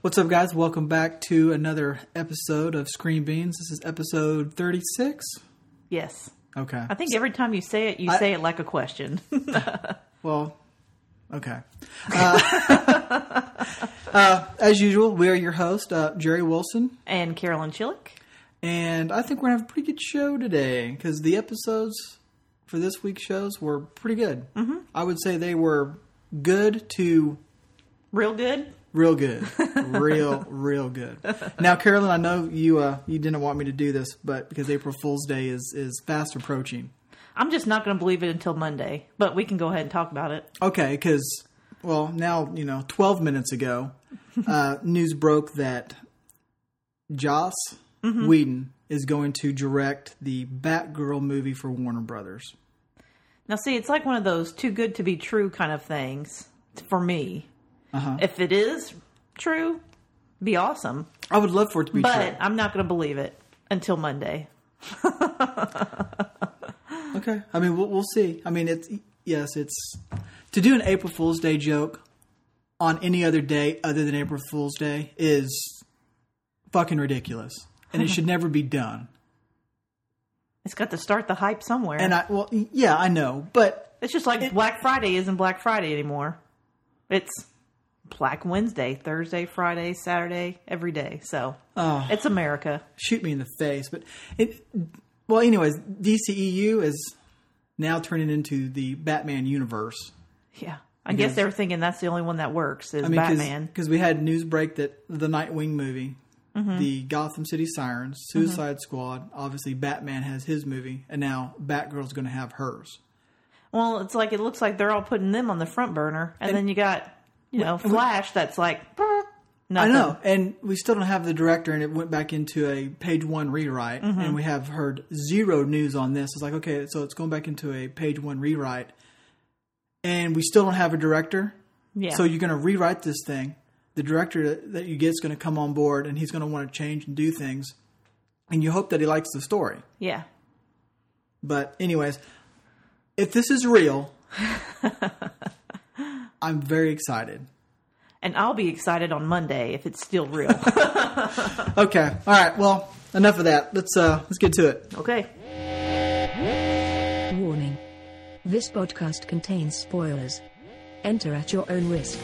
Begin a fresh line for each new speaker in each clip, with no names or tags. What's up, guys? Welcome back to another episode of Screen Beans. This is episode 36.
Yes.
Okay.
I think every time you say it, you
I-
say it like a question.
Well, okay. Uh, uh, as usual, we are your host, uh, Jerry Wilson,
and Carolyn Chilick.
and I think we're going to have a pretty good show today because the episodes for this week's shows were pretty good. Mm-hmm. I would say they were good to
Real good.
real good. real, real good. Now, Carolyn, I know you uh, you didn't want me to do this, but because April Fool's Day is, is fast approaching.
I'm just not going to believe it until Monday, but we can go ahead and talk about it.
Okay, because well, now you know. Twelve minutes ago, uh, news broke that Joss Whedon is going to direct the Batgirl movie for Warner Brothers.
Now, see, it's like one of those too good to be true kind of things for me. If it is true, be awesome.
I would love for it to be
But I'm not going to believe it until Monday.
true. Okay, I mean we'll, we'll see. I mean it's yes, it's to do an April Fool's Day joke on any other day other than April Fool's Day is fucking ridiculous, and it should never be done.
It's got to start the hype somewhere.
And I well, yeah, I know, but
it's just like Black Friday isn't Black Friday anymore. It's Black Wednesday, Thursday, Friday, Saturday, every day. So it's America.
shoot me in the face. But it, well, anyways, DCEU is now turning into the Batman universe.
Yeah. I guess they were thinking that's the only one that works is
I mean,
Batman.
because we had news break that the Nightwing movie, the Gotham City Sirens, Suicide Squad, obviously Batman has his movie, and now Batgirl's going to have hers.
Well, it's like it looks like they're all putting them on the front burner, and, then you got you know Flash that's like brr, nothing.
I know, and we still don't have the director, and it went back into a page one rewrite, and we have heard zero news on this. It's like, okay, so it's going back into a page one rewrite, and we still don't have a director.
Yeah.
So you're going to rewrite this thing. The director that- that you get is going to come on board, and he's going to want to change and do things, and you hope that he likes the story.
yeah.
But anyways, if this is real, I'm very excited.
And I'll be excited on Monday if it's still real.
Okay, all right. Well, enough of that. Let's uh, let's get to it.
okay.
Warning. This podcast contains spoilers. Enter at your own risk.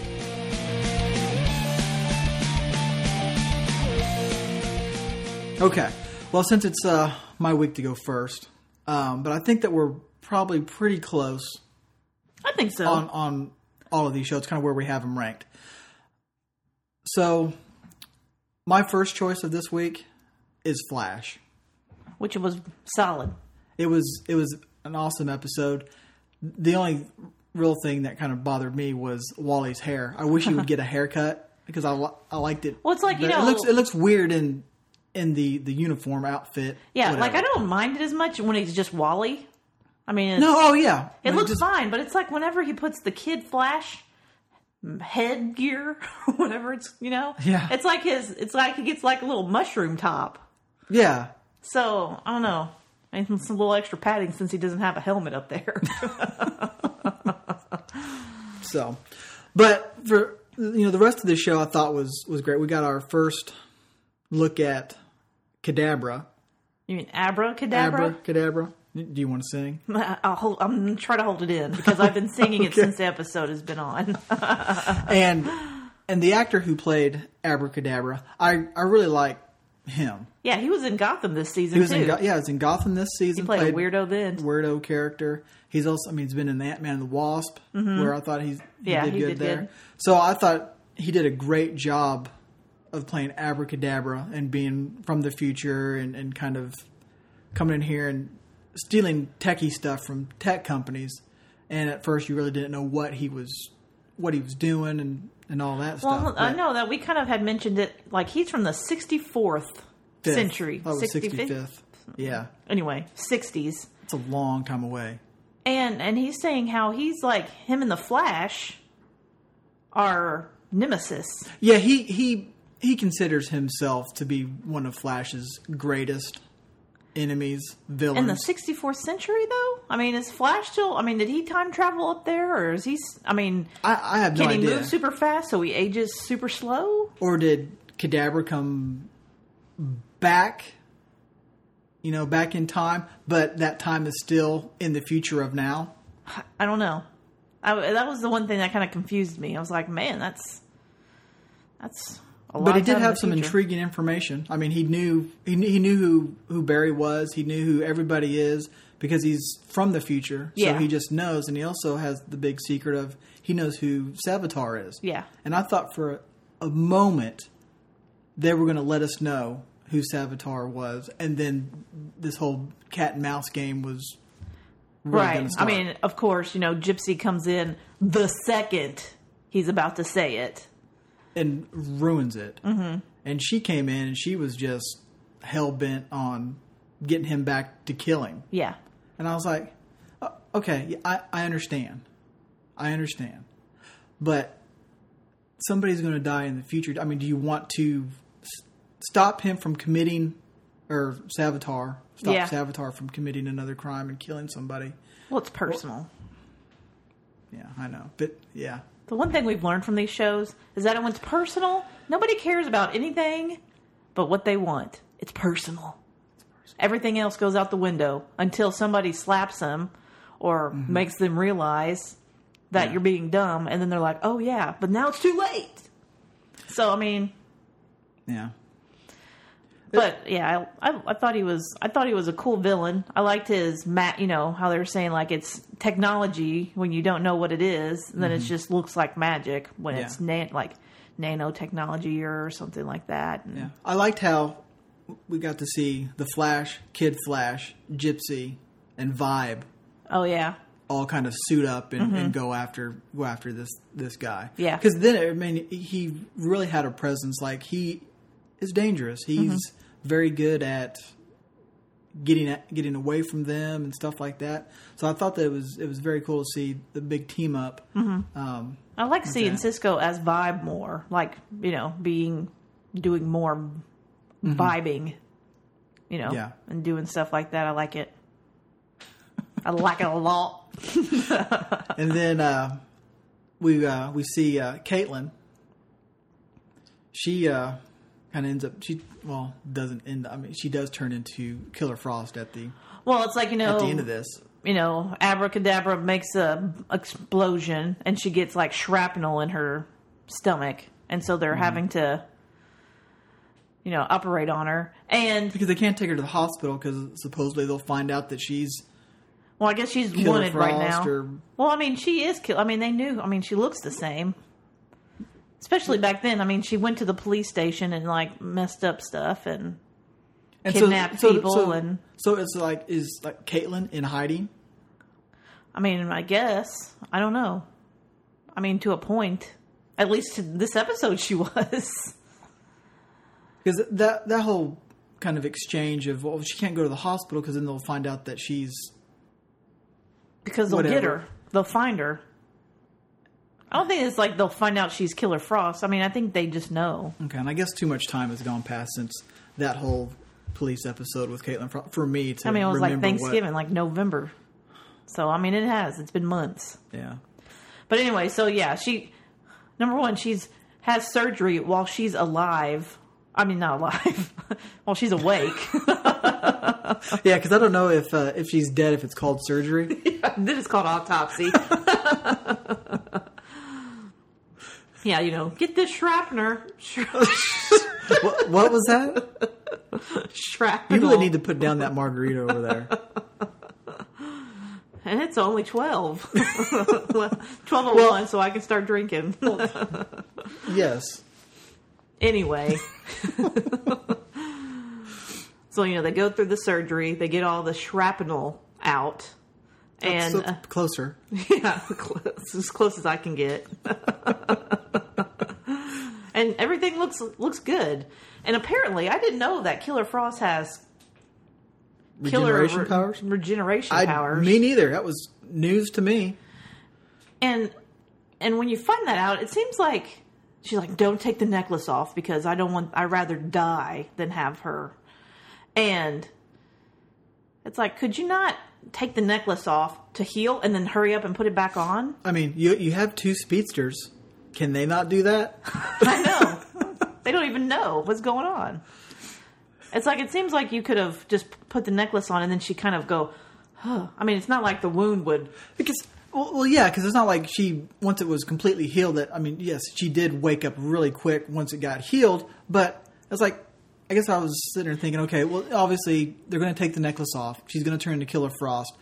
Okay. Well, since it's uh, my week to go first, um, but I think that we're probably pretty close
I think so.
on, on all of these shows, kind of where we have them ranked. So, my first choice of this week is Flash.
Which was solid.
It was it was an awesome episode. The only real thing that kind of bothered me was Wally's hair. I wish he would get a haircut because I li- I liked it.
Well, it's like, you
But
know-
it looks it looks weird in in the the uniform outfit.
Yeah, like
whatever.
I don't mind it as much when he's just Wally. I mean, it's-
No, oh yeah,
it looks
just-
fine, but it's like whenever he puts the kid Flash headgear, whatever it's you know,
Yeah.
it's like his, it's like he gets like a little mushroom top.
Yeah.
So I don't know. And some little extra padding since he doesn't have a helmet up there.
So, but for you know the rest of the show, I thought was was great. We got our first look at Cadabra.
you mean abracadabra?
Cadabra. Do you want to sing?
I'll hold, I'm going to try to hold it in because I've been singing it since the episode has been on.
and and the actor who played Abracadabra, I I really like him.
yeah, he was in Gotham this season
He was
too.
in Go- yeah, he was in Gotham this season.
He played, a weirdo then.
weirdo character. He's also I mean he's been in Ant Man and the Wasp where I thought he's, he
Mm-hmm. Yeah,
did
he
good
did
there.
good.
So I thought he did a great job of playing Abracadabra and being from the future and, and kind of coming in here and stealing techie stuff from tech companies. And at first you really didn't know what he was what he was doing and, and all that
Well,
stuff.
I
but-
know that we kind of had mentioned it. Like he's from the 64th
Fifth.
century.
Oh, it was
65th?
65th. Yeah.
Anyway, 60s.
It's a long time away.
and and he's saying how he's like him and the Flash are nemesis.
Yeah, he he he considers himself to be one of Flash's greatest enemies, villains.
in the 64th century though i mean is flash still i mean did he time travel up there or is he s- i mean
I, I have
can
no
he
idea.
move super fast so he ages super slow
or did Kadabra come back? You know, back in time, but that time is still in the future of now.
i don't know I, that was the one thing that kind of confused me i was like man that's that's a lot
But he did
out in
have
the
some
future.
intriguing information. I mean, he knew he knew, he knew who who Barry was. He knew who everybody is because he's from the future.
Yeah.
So he just knows, and he also has the big secret of he knows who Savitar is.
yeah
And I thought for a, a moment they were going to let us know who Savitar was, and then this whole cat and mouse game was really
right
gonna
i
start.
mean of course you know gypsy comes in the second he's about to say it
and ruins it. Mm-hmm. And she came in and she was just hell bent on getting him back to killing.
yeah
And I was like, "Oh, okay, yeah, I, I understand. I understand. But somebody's going to die in the future. I mean, do you want to s- stop him from committing, or Savitar, stop
Yeah.
Savitar from committing another crime and killing somebody?
well it's personal
Yeah, I know. But yeah.
The one thing we've learned from these shows is that when it's personal, nobody cares about anything but what they want. It's personal. Everything else goes out the window until somebody slaps them or makes them realize that you're being dumb, and then they're like, oh, yeah, but now it's too late. So, I mean,
Yeah.
but yeah, I, I I thought he was I thought he was a cool villain. I liked his mat. You know how they were saying like it's technology when you don't know what it is, and then it just looks like magic when
Mhm. Yeah.
it's na- like nanotechnology or something like that. And
Yeah. I liked how we got to see the Flash, Kid Flash, Gypsy, and Vibe
Oh yeah,
all kind of suit up and, and go after go after this this guy.
Yeah.
because then I mean he really had a presence. Like he is dangerous. He's very good at getting at, getting away from them and stuff like that. So I thought that it was it was very cool to see the big team up. Um,
I like seeing Cisco as vibe more, like you know being doing more vibing, you know,
Mm-hmm. Yeah.
and doing stuff like that. I like it. I like it a lot.
and then uh, we uh, we see uh, Caitlin. She uh, kind of ends up. She well doesn't end. I mean, she does turn into Killer Frost at the
Well, it's like you know
at the end of this.
you know, abracadabra makes a explosion and she gets like shrapnel in her stomach, and so
Mm-hmm.
they're having to, you know, operate on her. And
because they can't take her to the hospital because supposedly they'll find out that she's
well, I guess she's
Killer
wanted right now.
Frost or-
Well, I mean, she is killed. I mean, they knew. I mean, she looks the same. Especially back then, I mean, she went to the police station and like messed up stuff, and
and
Kidnap people and-
so it's like is like Caitlyn in hiding.
I mean, I guess I don't know. I mean, to a point, at least to this episode, she was.
Because that that whole kind of exchange of well, she can't go to the hospital because then they'll find out that she's
Because they'll get
Whatever.
her. They'll find her. I don't think it's like they'll find out she's Killer Frost. I mean, I think they just know.
okay. And I guess too much time has gone past since that whole police episode with Caitlyn for, for me to.
I mean, it was like
remember what-
Thanksgiving, like November. So, I mean, it has. It's been months.
yeah,
But anyway, so yeah, she number one, she's has surgery while she's alive. I mean, not alive. while she's awake.
yeah. Because I don't know if uh, if she's dead if it's called surgery.
then it's called autopsy. yeah, you know, get this shrapnel. Shrapnel.
what, what was that? You really need to put down that margarita over there.
And it's only 12. Well, 12 01, so I can start drinking.
Yes.
anyway. so, you know, they go through the surgery, they get all the shrapnel out. And uh,
so closer.
Yeah, close, as close as I can get. and everything looks looks good. And apparently, I didn't know that Killer Frost has killer
Regeneration
re-
powers?
Regeneration
I,
powers.
Me neither. That was news to me.
and and when you find that out, it seems like she's like, "Don't take the necklace off because I don't want. I rather die than have her." And It's like, could you not take the necklace off to heal and then hurry up and put it back on?
I mean, you you have two speedsters. Can they not do that?
I know. they don't even know what's going on. It's like it seems like you could have just put the necklace on and then she kind of go, huh. I mean, it's not like the wound would.
Because well, well yeah, because it's not like she once it was completely healed. That I mean, yes, she did wake up really quick once it got healed. But it's like I guess I was sitting there thinking, okay, well, obviously they're going to take the necklace off. She's going to turn into Killer Frost.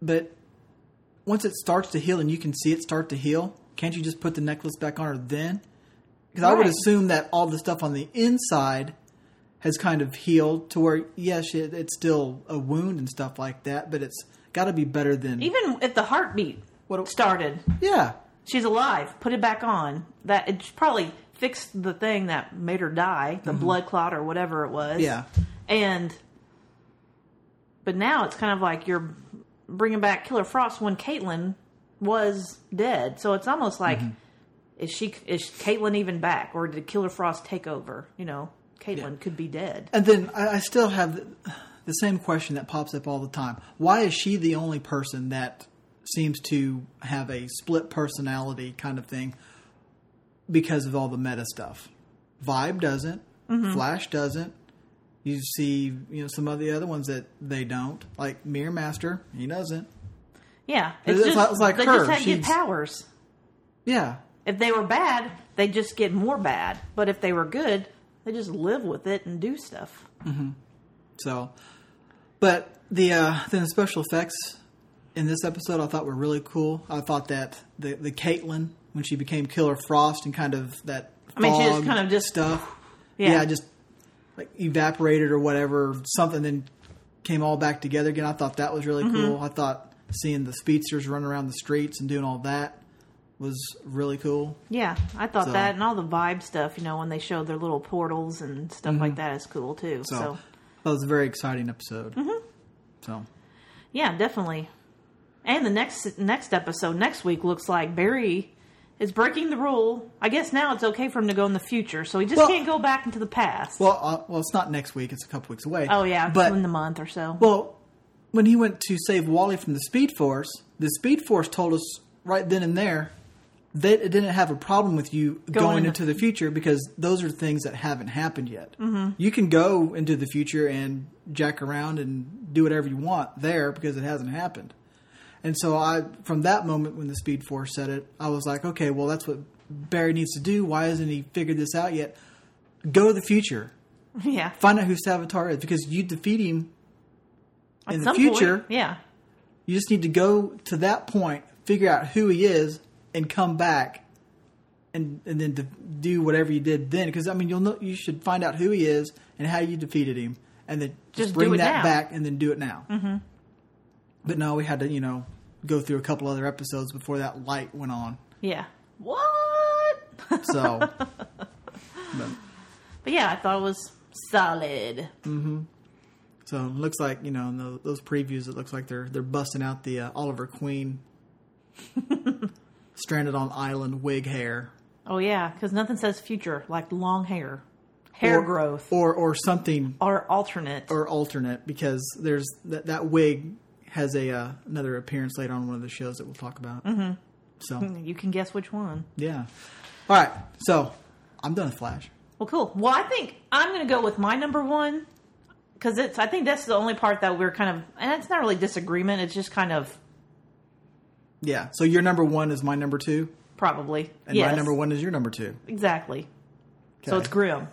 But once it starts to heal and you can see it start to heal, can't you just put the necklace back on her then? Because I would
Right.
assume that all the stuff on the inside has kind of healed to where, yes, it, it's still a wound and stuff like that, but it's got to be better than.
Even if the heartbeat
What-
started,
yeah.
she's alive. Put it back on. That it probably fixed the thing that made her die, the blood clot or whatever it
Mm-hmm.
was.
Yeah.
And but now it's kind of like you're bringing back Killer Frost when Caitlyn was dead. So it's almost like
Mm-hmm.
is she is Caitlyn even back or did Killer Frost take over? You know, Caitlyn could be dead.
And then I, I still have the, the same question that pops up all the time. Why is she the only person that seems to have a split personality kind of thing because of all the meta stuff? Vibe doesn't, Flash doesn't. You see, you know, some of the other ones that they don't, like Mirror Master, he doesn't.
Yeah,
It's like- it's like
they
her.
just had to get
She's-
powers.
Yeah.
If they were bad, they just get more bad. But if they were good, they just live with it and do stuff.
So, but the uh, then the special effects in this episode I thought were really cool. I thought that the the Caitlyn when she became Killer Frost and kind of that
I mean, she just
fog
kind of just-
stuff,
Yeah.
yeah. just like evaporated or whatever, something then came all back together again. I thought that was really
Mm-hmm.
cool. I thought seeing the speedsters run around the streets and doing all that was really cool.
Yeah, I thought
So-
that and all the vibe stuff, you know, when they showed their little portals and stuff like that is cool
Mm-hmm.
too.
So,
So, Mm-hmm.
that was a very exciting episode. So
yeah, definitely. And the next next episode next week looks like Barry is breaking the rule. I guess now it's okay for him to go in the future, so he just
Well-
can't go back into the past.
well, uh, well, it's not next week; it's a couple weeks away.
oh yeah,
but
in the month or so.
Well, when he went to save Wally from the Speed Force, the Speed Force told us right then and there that it didn't have a problem with you going,
in the-
into the future because those are things that haven't happened yet. Mm-hmm. You can go into the future and jack around and do whatever you want there because it hasn't happened. And so I, from that moment when the Speed Force said it, I was like, okay, well, that's what Barry needs to do. Why hasn't he figured this out yet? Go to the future,
yeah,
find out who Savitar is because you defeat him
At
in the
some point,
future-
yeah,
you just need to go to that point, figure out who he is, and come back, and and then to do whatever you did then. Because I mean, you'll know you should find out who he is and how you defeated him, and then just,
Just do
bring
it
that
now.
back and then do it now. Mm-hmm. But no, we had to you know go through a couple other episodes before that light went on.
yeah. What?
So, but,
But yeah, I thought it was solid.
so it looks like you know in tho- those previews, it looks like they're they're busting out the uh, Oliver Queen. Stranded on island, wig hair.
Oh yeah, because nothing says future like long hair, hair
or,
growth,
or or something
or alternate.
or alternate because there's that that wig has a uh, another appearance later on in one of the shows that we'll talk about. Mm-hmm. So
you can guess which one.
yeah, all right. So I'm done with Flash.
Well, cool. Well, I think I'm going to go with my number one because it's. I think that's the only part that we're kind of, and it's not really disagreement. It's just kind of
Yeah. So your number one is my number two,
probably.
and
yes,
my number one is your number two.
exactly. So
Okay.
it's grim.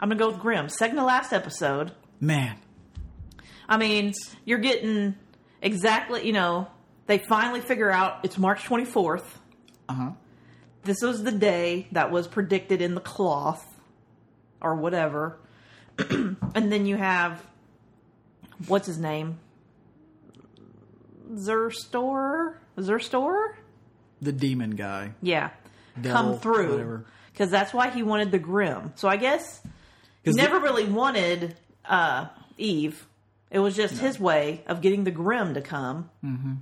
I'm going to go with grim. Second to last episode.
Man,
I mean, you're getting exactly. You know, they finally figure out it's March 24th.
uh huh.
this was the day that was predicted in the cloth or whatever. and then you have what's his name? Zerstor? Zerstor?
The demon guy.
Yeah.
Devil,
Come through.
whatever.
Because that's why he wanted the Grim. So I guess he
'Cause the-
never really wanted uh, Eve. It was just his way of getting the Grim to come. Mm-hmm.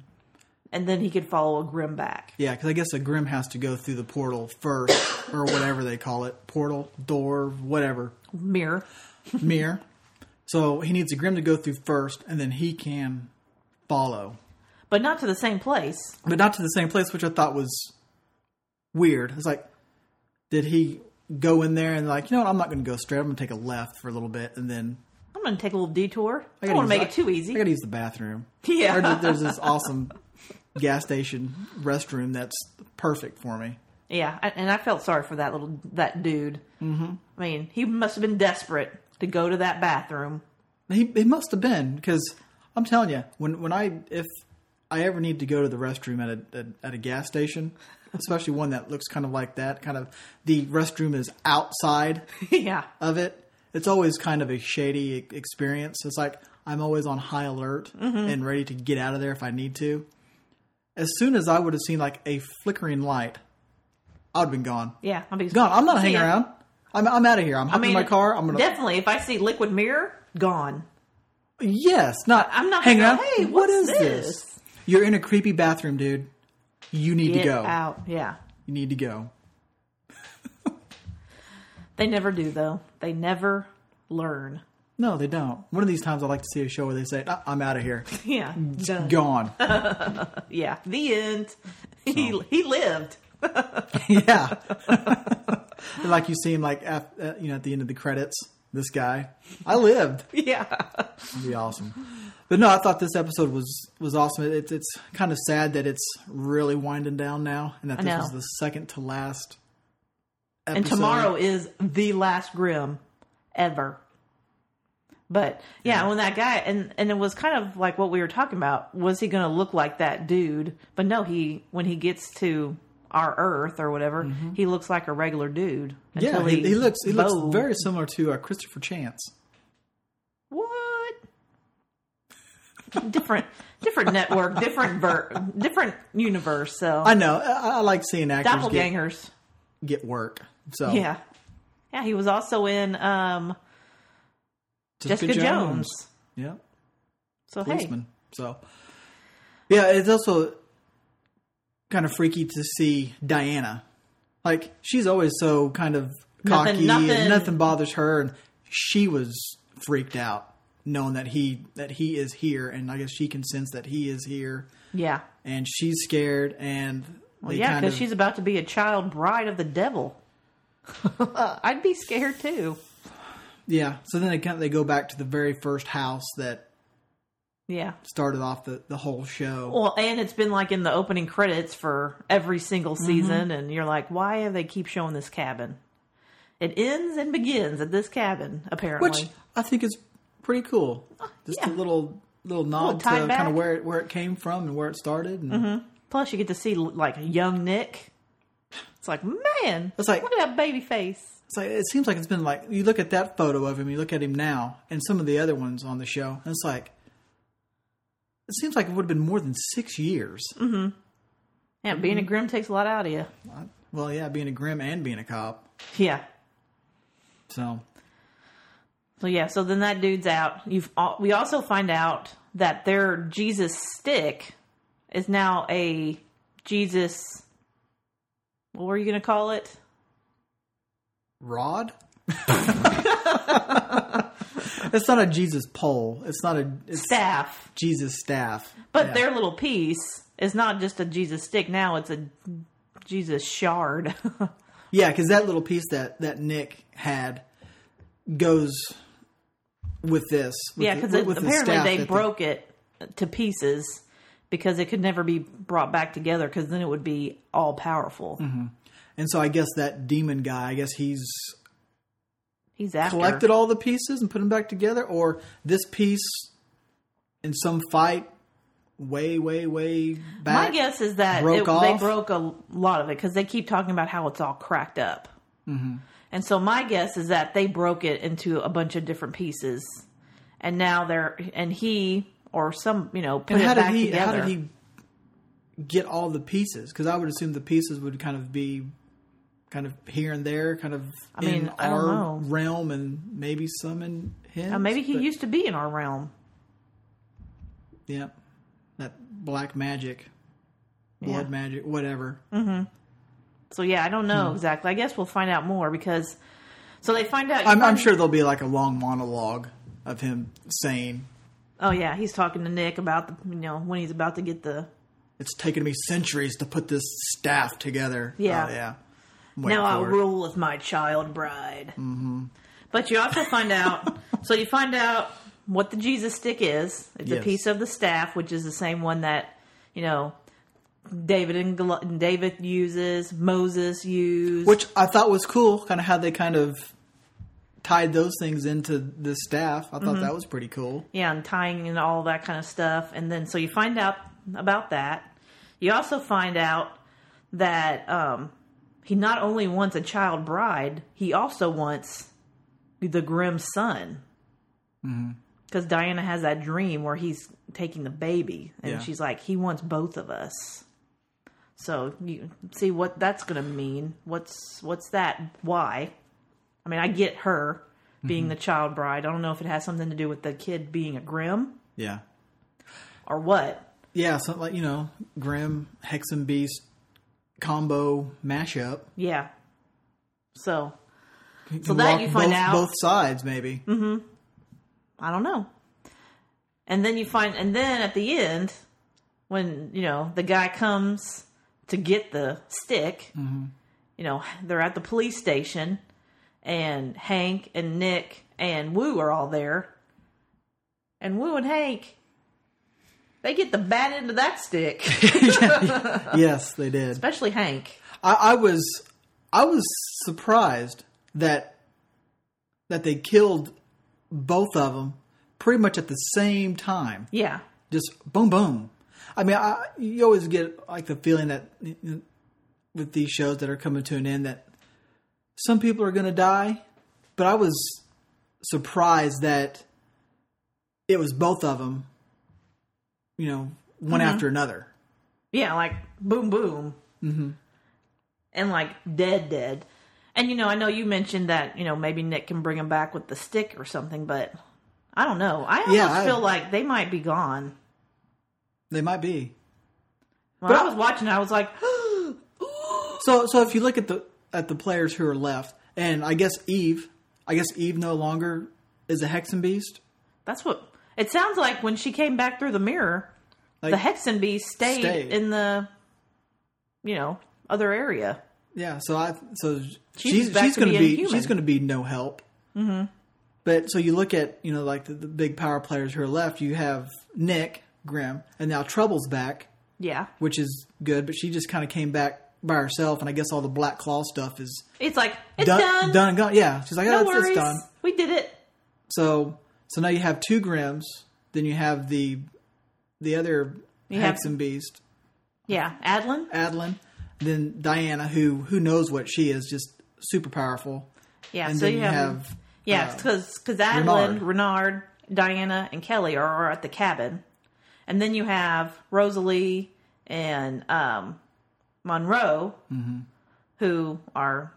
And then he could follow a Grim back.
Yeah, because I guess a Grim has to go through the portal first, or whatever they call it, portal, door, whatever,
Mirror.
mirror. So he needs the Grim to go through first, and then he can follow.
but not to the same place.
but not to the same place, which I thought was weird. It's like, did he go in there and like, you know what? I'm not going to go straight. I'm going to take a left for a little bit, and then
I'm going to take a little detour.
gotta
I, don't want to
use-
make it too easy.
I got to use the bathroom.
Yeah.
There's- there's this awesome gas station restroom that's perfect for me.
yeah, I, and I felt sorry for that little that dude. Mm-hmm. I mean, he must have been desperate to go to that bathroom.
He it must have been because I'm telling you, when when I if I ever need to go to the restroom at a at, at a gas station, especially one that looks kind of like that, kind of the restroom is outside
yeah,
of it, it's always kind of a shady e- experience. It's like I'm always on high alert and ready to get out of there if I need to. As soon as I would have seen like a flickering light, I would have been gone.
yeah. I'm
Gone. I'm not hanging
hanging
around. I'm I'm out of here. I'm hopping in my car. I'm gonna
definitely if I see liquid mirror gone.
yes, not
I'm not
hanging around.
gonna go, "Hey,
what
what's
is this?
this?"
You're in a creepy bathroom, dude. You need
Get
to go.
out. Yeah,
You need to go.
they never do though. They never learn.
No, they don't. One of these times, I like to see a show where they say, "Ah, "I'm out of here,
Yeah,
Mm.
done.
gone."
yeah. The end.
Oh.
He he lived.
Yeah. like you see him like at, uh, you know at the end of the credits, this guy. I lived.
Yeah.
It'd be awesome. But no, I thought this episode was was awesome. It, it's it's kind of sad that it's really winding down now, and that
I
this
know.
was the second to last. Episode.
and tomorrow is the last grim ever but yeah, when that guy and and it was kind of like what we were talking about was he going to look like that dude but no he when he gets to our earth or whatever he looks like a regular dude
Mm-hmm. yeah,
until
he, he looks he looks
bowed.
very similar to uh, Christopher Chance.
what different different network different ver- different universe so
I know. I, I like seeing actors get,
doppelgangers
get work. So
yeah yeah he was also in um jessica, jones.
Yeah.
so hey
policeman. So, yeah, it's also kind of freaky to see Diana. Like she's always so kind of
Nothing-
cocky
nothing-
and nothing bothers her, and she was freaked out knowing that he that he is here, and I guess she can sense that he is here,
Yeah.
and she's scared, and
Well,
they
yeah,
kind
because
of
she's about to be a child bride of the devil. I'd be scared too.
yeah. So then they kind of, they go back to the very first house that
Yeah.
started off the the whole show.
Well, and it's been like in the opening credits for every single
Mm-hmm.
season, and you're like, why do they keep showing this cabin? It ends and begins at this cabin, apparently.
which I think is pretty cool. Just a
Uh, yeah.
little little nod
tie
to
back. Mm-hmm.
kind of where it, where it came from and where it started. And
Plus, you get to see like young Nick. It's like, man,
It's like-
look at that baby face.
It's like it seems like it's been like you look at that photo of him, you look at him now, and some of the other ones on the show, and it's like it seems like it would have been more than six years.
Yeah, being a grim takes a lot out of you.
Well, yeah, being a grim and being a cop.
Yeah.
So
So yeah, so then that dude's out. You've al- we also find out that their Jesus stick is now a Jesus. What were you going to call it?
Rod. it's not a Jesus pole. It's not a it's
Staff.
Jesus staff.
But
Yeah.
their little piece is not just a Jesus stick. Now it's a Jesus shard.
Yeah, because that little piece that that Nick had goes with this. With
yeah,
the-
because
with the
apparently
staff
they
that
broke it to pieces because it could never be brought back together because then it would be all powerful.
Mm-hmm. and so I guess that demon guy. I guess he's
He's after.
collected all the pieces and put them back together, or this piece in some fight way, way, way back.
My guess is that
broke
it, they
off?
broke a lot of it because they keep talking about how it's all cracked up. Mm-hmm. And so my guess is that they broke it into a bunch of different pieces, and now they're and he or some you know put
And
it
how did
back
he?
together.
How did he get all the pieces? Because I would assume the pieces would kind of be. Kind of here and there, kind of
I mean,
in
I don't
our
know.
realm, and maybe some in him.
Uh, maybe he used to be in our realm.
Yeah. That black magic, blood
Yeah. Mm-hmm.
magic, whatever.
So yeah, I don't know
Hmm.
exactly. I guess we'll find out more because so they find out.
I'm, I'm sure there'll be like a long monologue of him saying,
Oh yeah, he's talking to Nick about the you know when he's about to get the.
"It's taken me centuries to put this staff together."
Yeah.
Oh, yeah. I'm waiting
Now I'll
for it.
rule with my child bride. Mm-hmm. But you also find out. so you find out what the Jesus stick is. It's a
Yes.
piece of the staff, which is the same one that you know David and Goli- David uses, Moses used.
which I thought was cool. Kind of how they kind of tied those things into the staff. I thought that was pretty cool.
yeah, and tying and all that kind of stuff. And then so you find out about that. You also find out that um, he not only wants a child bride, he also wants the grim son. Because Diana has that dream where he's taking the baby, and
Yeah.
she's like, he wants both of us. So you see what that's going to mean. What's what's that? Why? I mean, I get her being the child bride. I don't know if it has something to do with the kid being a grim
Yeah,
or what.
yeah. Something like you know, Grim Hex and Beast combo mashup.
Yeah. So
So
that you find
both,
out.
both sides, maybe.
I don't know. And then you find, and then at the end, when you know the guy comes to get the stick, you know they're at the police station, and Hank and Nick and Woo are all there, and Woo and Hank, they get the bat end of that stick,
Yes, they did.
especially Hank.
I, I was I was surprised that that they killed both of them pretty much at the same time.
Yeah,
Just boom, boom. I mean, I, you always get like the feeling that you know, with these shows that are coming to an end that some people are going to die, but I was surprised that it was both of them. You know, one after another.
Yeah, like boom, boom, mm-hmm. and like dead, dead. And you know, I know you mentioned that you know maybe Nick can bring him back with the stick or something, but I don't know. I almost
Yeah, I-
feel like they might be gone.
They might be.
When I was watching, I was like,
So so if you look at the at the players who are left, and I guess Eve, I guess Eve no longer is a Hexen Beast.
"That's what." It sounds like when she came back through the mirror,
Like,
the Hexen Bee stayed,
stayed.
in the, you know, other area.
yeah. So I so she's
She's
she's,
back to
going to
being
be
human.
she's going to be no help. Mm-hmm. But so you look at you know like the, the big power players who are left. You have Nick Grimm, and now Trouble's back,
Yeah,
which is good. But she just kind of came back by herself, and I guess all the Black Claw stuff is
it's like it's
done,
done.
done and gone. Yeah, she's like,
No
oh, it's,
worries,
it's done.
we did it.
So so now you have two Grims, then you have the the other
You have-
Hexen Beast,
Yeah, Adlin.
Adeline, then Diana, who who knows what she is, just super powerful.
Yeah,
And
so
then
you
you
have,
have,
yeah,
uh,
because because Adeline,
Renard.
Renard, Diana, and Kelly are, are at the cabin, and then you have Rosalie and um, Monroe,
Mm-hmm.
who are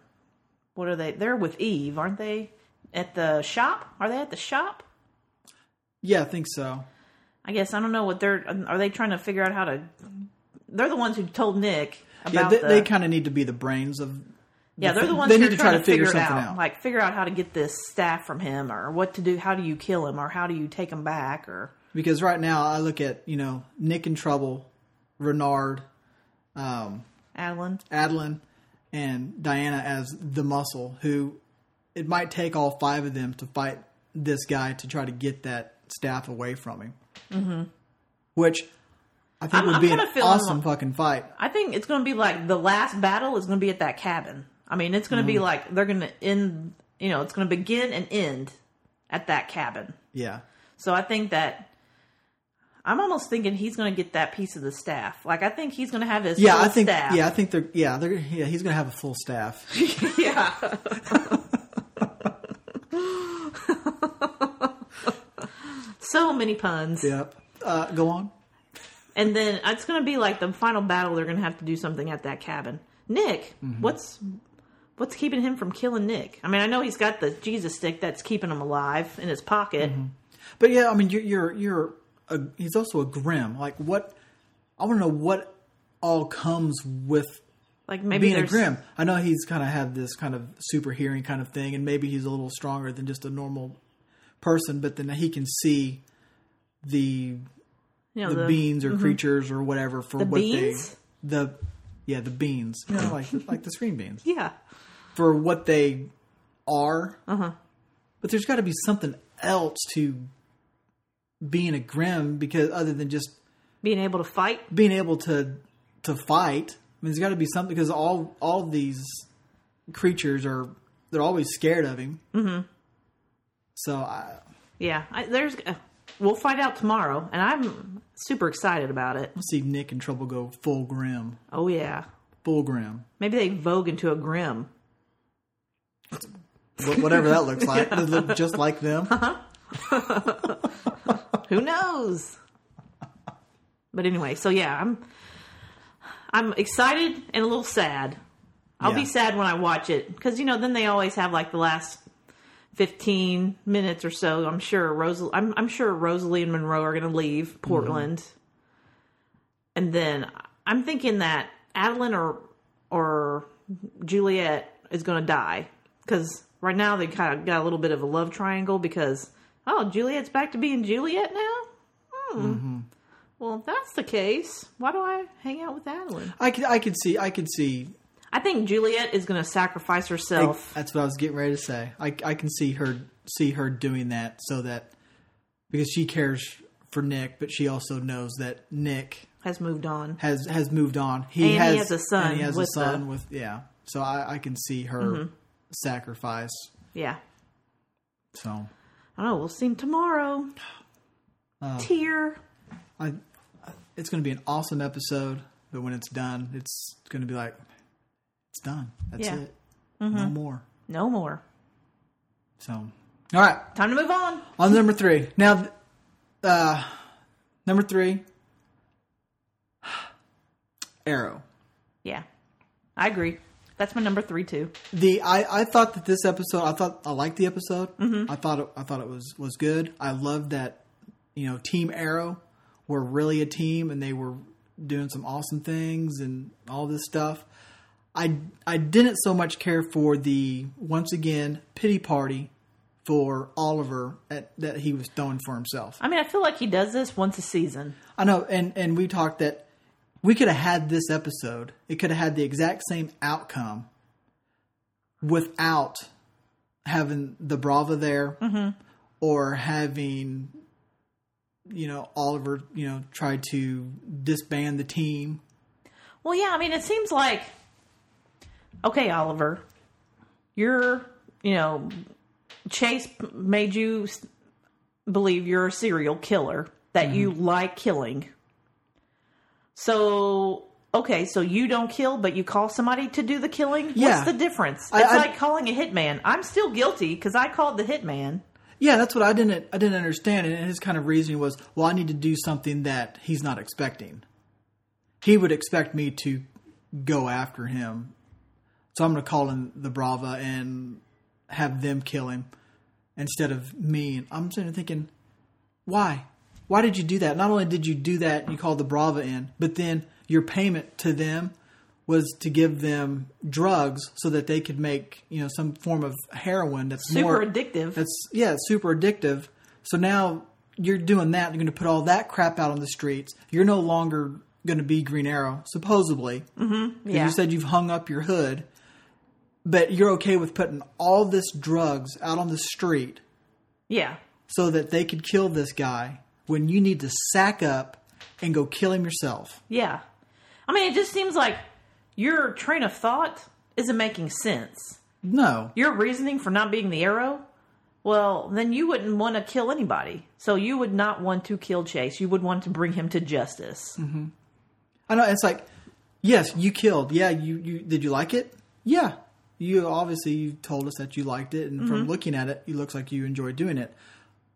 what are they? They're with Eve, aren't they? At the shop? Are they at the shop?
Yeah, I think so.
I guess I don't know what they're. um, Are they trying to figure out how to? They're the ones who told Nick about
Yeah, they,
the.
they kind of need to be the brains of.
Yeah, they're the ones
They
who
need
are
to
trying
try
to,
to figure
figure, it
something
out,
out.
like figure out how to get this staff from him, or what to do. How do you kill him, or how do you take him back, or
Because right now I look at you know Nick in trouble, Renard, um,
Adeline?
Adeline, and Diana as the muscle who it might take all five of them to fight this guy to try to get that staff away from him. Mm-hmm. Which I think
I'm-
would
I'm
be an
kinda feeling
awesome
like-
fucking fight.
I think it's going to be like the last battle is going to be at that cabin. I mean, it's going
Mm.
to be like they're going to end. You know, it's going to begin and end at that cabin.
Yeah.
So I think that I'm almost thinking he's going to get that piece of the staff. Like I think he's going to have his
Yeah,
full
I think
staff.
yeah, I think they're yeah, they're yeah, he's gonna have a full staff.
yeah. so many puns.
yep. Uh, go on.
And then it's going to be like the final battle. They're going to have to do something at that cabin. Nick,
Mm-hmm.
what's what's keeping him from killing Nick? I mean, I know he's got the Jesus stick that's keeping him alive in his pocket.
Mm-hmm. But yeah, I mean you're you're you're a, he's also a grim. Like what I wanna know what all comes with
Like maybe
being a
there's
grim. I know he's kind of had this kind of super hearing kind of thing, and maybe he's a little stronger than just a normal person, but then he can see the
You know,
the, beings or creatures or whatever for
mm-hmm. The
what
beans?
they the yeah the beans you know, like like the screen beans
Yeah.
for what they are. But there's got to be something else to being a grim because other than just
Being able to fight.
being able to to fight. I mean, there's got to be something because all all these creatures are they're always scared of him. Mm-hmm. So I,
Yeah. I, there's. Uh, we'll find out tomorrow, and I'm super excited about it.
let's see Nick and Trouble go full grim,
Oh yeah.
full grim,
Maybe they vogue into a grim.
Wh- whatever that looks like. They look just like them.
Who knows? But anyway, so yeah, I'm I'm excited and a little sad. I'll be
Yeah.
sad when I watch it because you know then they always have like the last fifteen minutes or so. I'm sure Rosalie, I'm I'm sure Rosalie and Monroe are going to leave Portland, and then I'm thinking that Adeline or or Juliet is going to die because right now they kind of got a little bit of a love triangle because oh Juliet's back to being Juliet now. Hmm. Well, if that's the case, why do I hang out with Adeline?
I could I could see I could see
I think Juliet is going to sacrifice herself.
That's what I was getting ready to say. I, I can see her see her doing that so that because she cares for Nick, but she also knows that Nick
has moved on.
has has moved on.
And
He
he
has,
has a son
And he has
with
a son
the- Mm-hmm.
with yeah. So I, I can see her sacrifice.
Yeah.
So
I don't know. We'll see him tomorrow. Tear.
I, it's going to be an awesome episode. But when it's done, it's going to be like it's done. That's
Yeah. Mm-hmm.
it. No more.
No more.
So all right.
Time to move on.
On number three. Now, th- uh, number three, Arrow.
Yeah. I agree. That's my number three, too.
The I, I thought that this episode I thought I liked the episode. I thought it, I thought it was was good. I loved that you know Team Arrow were really a team and they were doing some awesome things and all this stuff. I I didn't so much care for the once again pity party for Oliver at, that he was throwing for himself.
I mean, I feel like he does this once a season.
I know, and and we talked that we could have had this episode. It could have had the exact same outcome without having the Brava there or having you know Oliver, you know, try to disband the team.
Well, yeah. I mean, it seems like, okay, Oliver, you're, you know, Chase p- made you s- believe you're a serial killer, that you
Mm-hmm.
like killing. So, okay, so you don't kill, but you call somebody to do the killing?
Yeah.
What's the difference?
I-
it's
I-
like calling a hitman. I'm still guilty because I called the hitman.
Yeah, that's what I didn't I didn't understand and his kind of reasoning was, well, I need to do something that he's not expecting. He would expect me to go after him. So I'm going to call in the Brava and have them kill him instead of me. And I'm sitting there thinking, why? Why did you do that? Not only did you do that, you called the Brava in, but then your payment to them was to give them drugs so that they could make, you know, some form of heroin that's
Super
more
addictive.
that's yeah, it's super addictive. So now you're doing that. You're going to put all that crap out on the streets. You're no longer going to be Green Arrow, supposedly. Mm-hmm.
yeah.
You said you've hung up your hood, but you're okay with putting all this drugs out on the street
Yeah.
so that they could kill this guy when you need to sack up and go kill him yourself.
Yeah. I mean, it just seems like your train of thought isn't making sense.
No,
your reasoning for not being the arrow, well, then you wouldn't want to kill anybody. So you would not want to kill Chase. You would want to bring him to justice.
I know it's like, yes, you killed. Yeah, you, you did you like it? Yeah, you obviously you told us that you liked it, and from looking at it, it looks like you enjoyed doing it.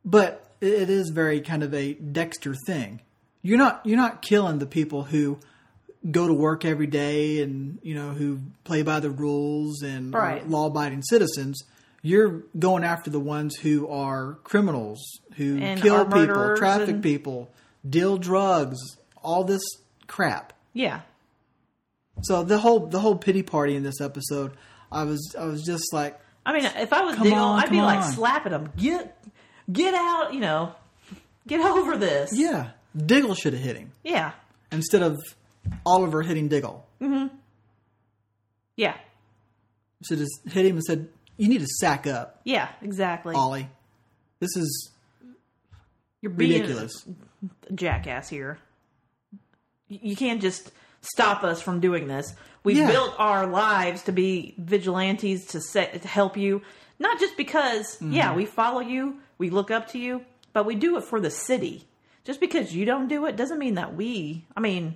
But it, it is very kind of a Dexter thing. You're not you're not killing the people who go to work every day and you know who play by the rules and are
Right.
law-abiding citizens. You're going after the ones who are criminals, who
And
kill
are
people,
murderers
traffic
and-
people, deal drugs, all this crap.
Yeah.
So the whole the whole pity party in this episode, I was I was just like,
I mean, if I was
Come
Diggle,
on,
I'd be
come
like
on.
slapping him. Get get out, you know, get over this.
Yeah, Diggle should have hit him
Yeah.
instead of Oliver hitting Diggle.
Yeah.
Should have just hit him and said, "You need to sack up,
Yeah, exactly.
Ollie. This is
You're being
ridiculous."
a jackass here. Y- You can't just stop us from doing this. We
Yeah.
built our lives to be vigilantes to set, to help you, not just because
Mm-hmm.
yeah, we follow you, we look up to you, but we do it for the city. Just because you don't do it doesn't mean that we. I mean,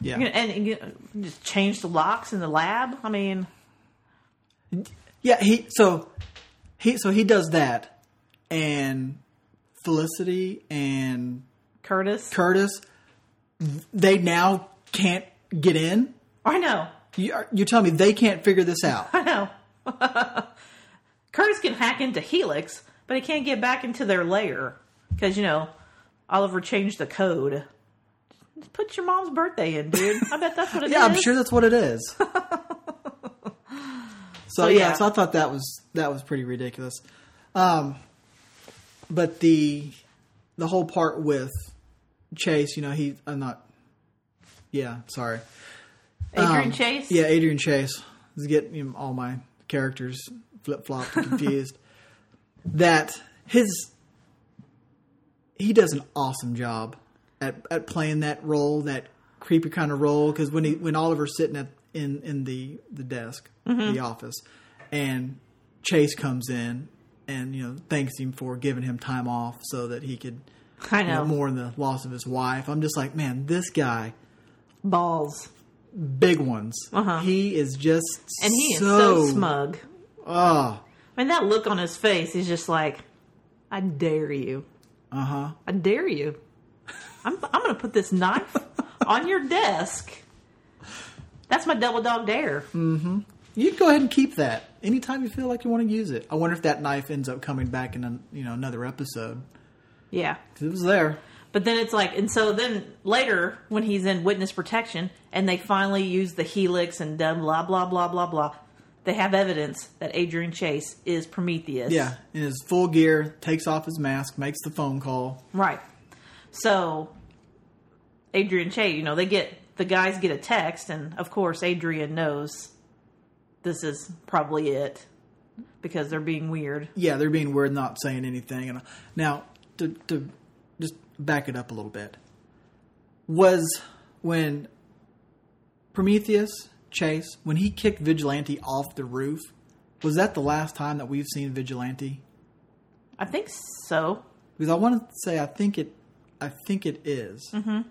Yeah.
you know, and, and you just change the locks in the lab. I mean,
Yeah, he so he so he does that, and Felicity and
Curtis.
Curtis, they now can't get in.
I know,
You are, you're telling me they can't figure this out?
I know. Curtis can hack into Helix, but he can't get back into their lair because you know Oliver changed the code. Just put your mom's birthday in, dude. I bet that's what it is.
yeah, I'm sure that's what it is. so, yeah.
yeah.
so I thought that was that was pretty ridiculous. Um, but the the whole part with Chase, you know, he I'm not. Yeah, sorry.
Adrian
Um,
Chase.
Yeah, Adrian Chase. This is getting you know, all my characters flip flopped and confused. that his he does an awesome job at, at playing that role, that creepy kind of role. Because when he when Oliver's sitting at in in the the desk,
Mm-hmm.
the office, and Chase comes in and you know thanks him for giving him time off so that he could
I
you know,
know.
mourn the loss of his wife. I'm just like, man, this guy
Balls,
big ones. He is just
Uh-huh. and he
so,
is so smug.
Oh,
I mean, that look on his face is just like, I dare you.
uh huh.
I dare you. I'm, I'm going to put this knife on your desk. That's my double dog dare.
Mm. You can go ahead and keep that anytime you feel like you want to use it. I wonder if that knife ends up coming back in an, you know another episode.
Yeah.
'Cause It was there.
But then it's like, and so then later when he's in witness protection and they finally use the helix and done blah, blah, blah, blah, blah, they have evidence that Adrian Chase is Prometheus.
Yeah, in his full gear, takes off his mask, makes the phone call.
Right. So Adrian Chase, you know, they get the guys get a text and of course Adrian knows this is probably it because they're being weird.
Yeah, they're being weird, not saying anything. And uh, now to to just back it up a little bit was when Prometheus Chase when he kicked Vigilante off the roof. Was that the last time that we've seen Vigilante?
I think so.
because I want to say I think it, I think it is.
Mm-hmm.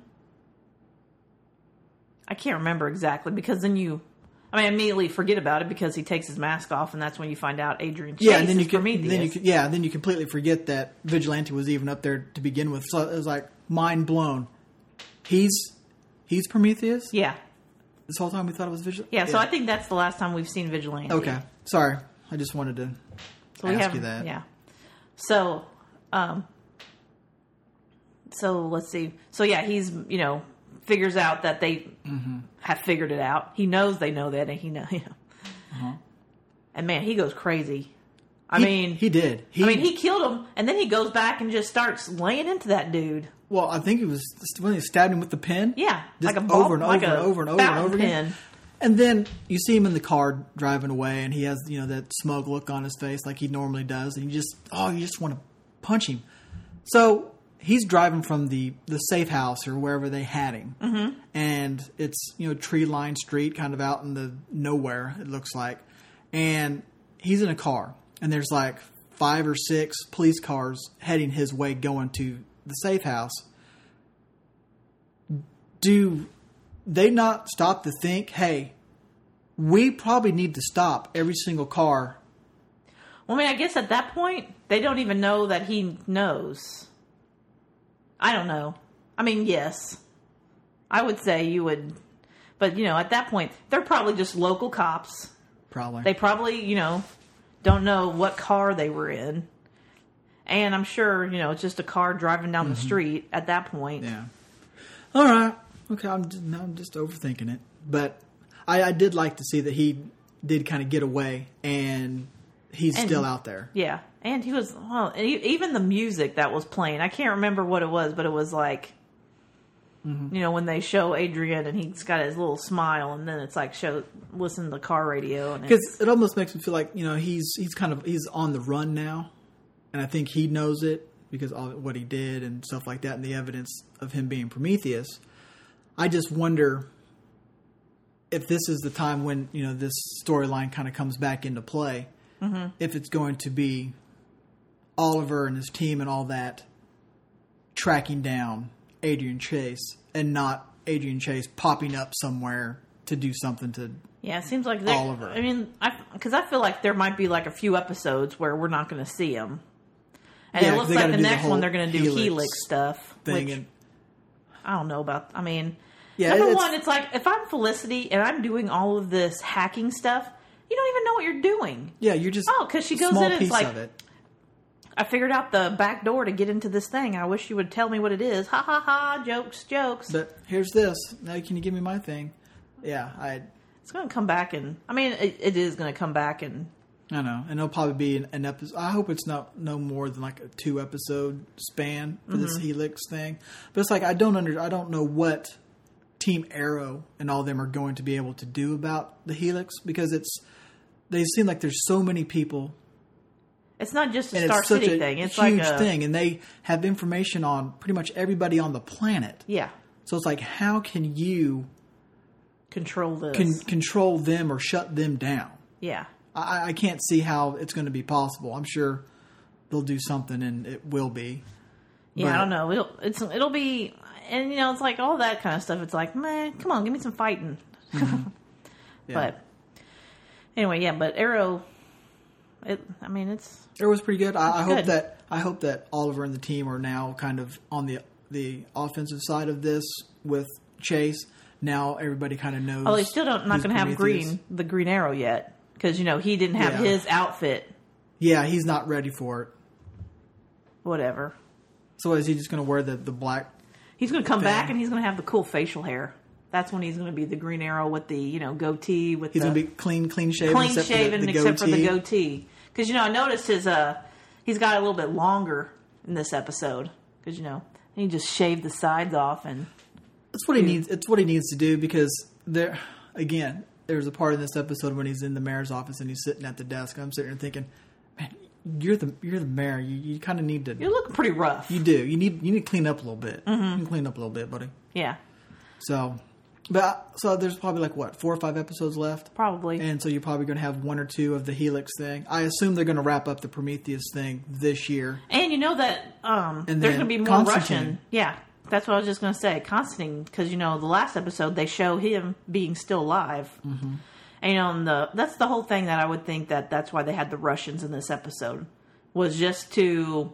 I can't remember exactly because then you I mean, immediately forget about it because he takes his mask off, and that's when you find out Adrian Chase
Yeah, and then
is
you can,
Prometheus.
then you can, yeah, then you completely forget that Vigilante was even up there to begin with. So it was like mind blown. He's he's Prometheus.
yeah,
This whole time we thought it was Vigilante.
yeah. So I think that's the last time we've seen Vigilante.
Okay, sorry. I just wanted to
so
ask
have-
you that.
Yeah. So, um, so let's see. So yeah, he's you know figures out that they
Mm-hmm.
have figured it out. He knows they know that, and he know. You know. And man, he goes crazy. I
Uh-huh. He-
mean,
he did. He,
I mean, he killed him, and then he goes back and just starts laying into that dude.
Well, I think it was when they stabbed him with the pen.
Yeah,
Just
like a ball,
over and
like
over
a
and over and over and
fountain
over again.
pen.
And then you see him in the car driving away, and he has you know that smug look on his face like he normally does, and you just oh you just want to punch him. So he's driving from the the safe house or wherever they had him, mm-hmm. and it's you know tree lined street, kind of out in the nowhere it looks like, and he's in a car, and there's like five or six police cars heading his way going to the safe house. Do they not stop to think, hey, we probably need to stop every single car.
Well, I mean, I guess at that point they don't even know that he knows. I don't know. I mean, yes, I would say you would, but you know, at that point they're probably just local cops.
Probably.
They probably, you know, don't know what car they were in, and I'm sure you know it's just a car driving down the street at that point.
Mm-hmm. yeah. All right. Okay. I'm just, now I'm just overthinking it, but I, I did like to see that he did kind of get away and he's
And-
still out there.
Yeah, and he was well. and e- Even the music that was playing, I can't remember what it was, but it was like,
Mm-hmm.
you know, when they show Adrian and he's got his little smile, and then it's like show listen to the car radio and it's,
Because it almost makes me feel like you know he's he's kind of he's on the run now, and I think he knows it because all what he did and stuff like that, and the evidence of him being Prometheus. I just wonder if this is the time when you know this storyline kind of comes back into play. If it's going to be Oliver and his team and all that tracking down Adrian Chase, and not Adrian Chase popping up somewhere to do something to
yeah, it seems like they-
Oliver.
I mean, I because I feel like there might be like a few episodes where we're not going to see him, and
Yeah,
it looks
they
like
gotta
the
do the
next one
whole
they're going to do
Helix
helix, stuff.
thing.
which
and
I don't know about. I mean,
Yeah,
number
it's-
one, it's like if I'm Felicity and I'm doing all of this hacking stuff, you don't even know what you're doing.
Yeah, you're just
Oh, 'cause she goes
small
in, it's
piece
like-
of it.
I figured out the back door to get into this thing. I wish you would tell me what it is. Ha ha ha! Jokes, jokes.
But here's this. Now can you give me my thing? Yeah, I
it's going to come back, and I mean, it, it is going to come back, and
I know, and it'll probably be an, an episode. I hope it's not no more than like a two episode span for this
Mm-hmm.
Helix thing. But it's like I don't under I don't know what Team Arrow and all them are going to be able to do about the Helix because it's they seem like there's so many people
it's not just a
and
Star
it's such
City
a
thing. It's
huge
like a
thing, and they have information on pretty much everybody on the planet.
yeah,
So it's like, how can you
control this.
can control them or shut them down.
yeah,
I, I can't see how it's going to be possible. I'm sure they'll do something, and it will be.
yeah.
but-
I don't know. It'll it's it'll be, and you know, it's like all that kind of stuff. It's like, man, come on, give me some fighting.
Yeah.
But anyway, yeah. But Arrow, it. I mean, it's
it was pretty good. I, I hope
Good.
that I hope that Oliver and the team are now kind of on the the offensive side of this with Chase. Now everybody kind of knows.
Oh, they still don't not
who's
going to have
Prometheus.
green the Green Arrow yet because you know he didn't have
Yeah.
his outfit.
Yeah, he's not ready for it.
Whatever.
So is he just going to wear the the black?
He's going to come back
Thing.
and he's going to have the cool facial hair. That's when he's going to be the Green Arrow with the you know goatee with
He's
the
going to be clean, clean shaven,
clean
except
shaven
for the, the
except for the
goatee.
goatee. Because you know I noticed his uh he's got a little bit longer in this episode because you know he just shaved the sides off and
That's what he needs. It's what he needs to do because there, again, there's a part in this episode when he's in the mayor's office and he's sitting at the desk. I'm sitting here thinking, man, you're the you're the mayor. You, you kind of need to.
you're Mm-hmm. looking pretty rough.
You do. You need you need to clean up a little bit. You can clean up a little bit, buddy.
yeah,
So, but I- so there's probably like what four or five episodes left.
probably.
And so you're probably going to have one or two of the Helix thing. I assume they're going to wrap up the Prometheus thing this year.
And you know that um,
And
there's
then
going to be more
Constantine.
Russian. Yeah, that's what I was just going to say. Constantine, because you know the last episode they show him being still alive. Mm-hmm. And you know, and the that's the whole thing that I would think that that's why they had the Russians in this episode was just to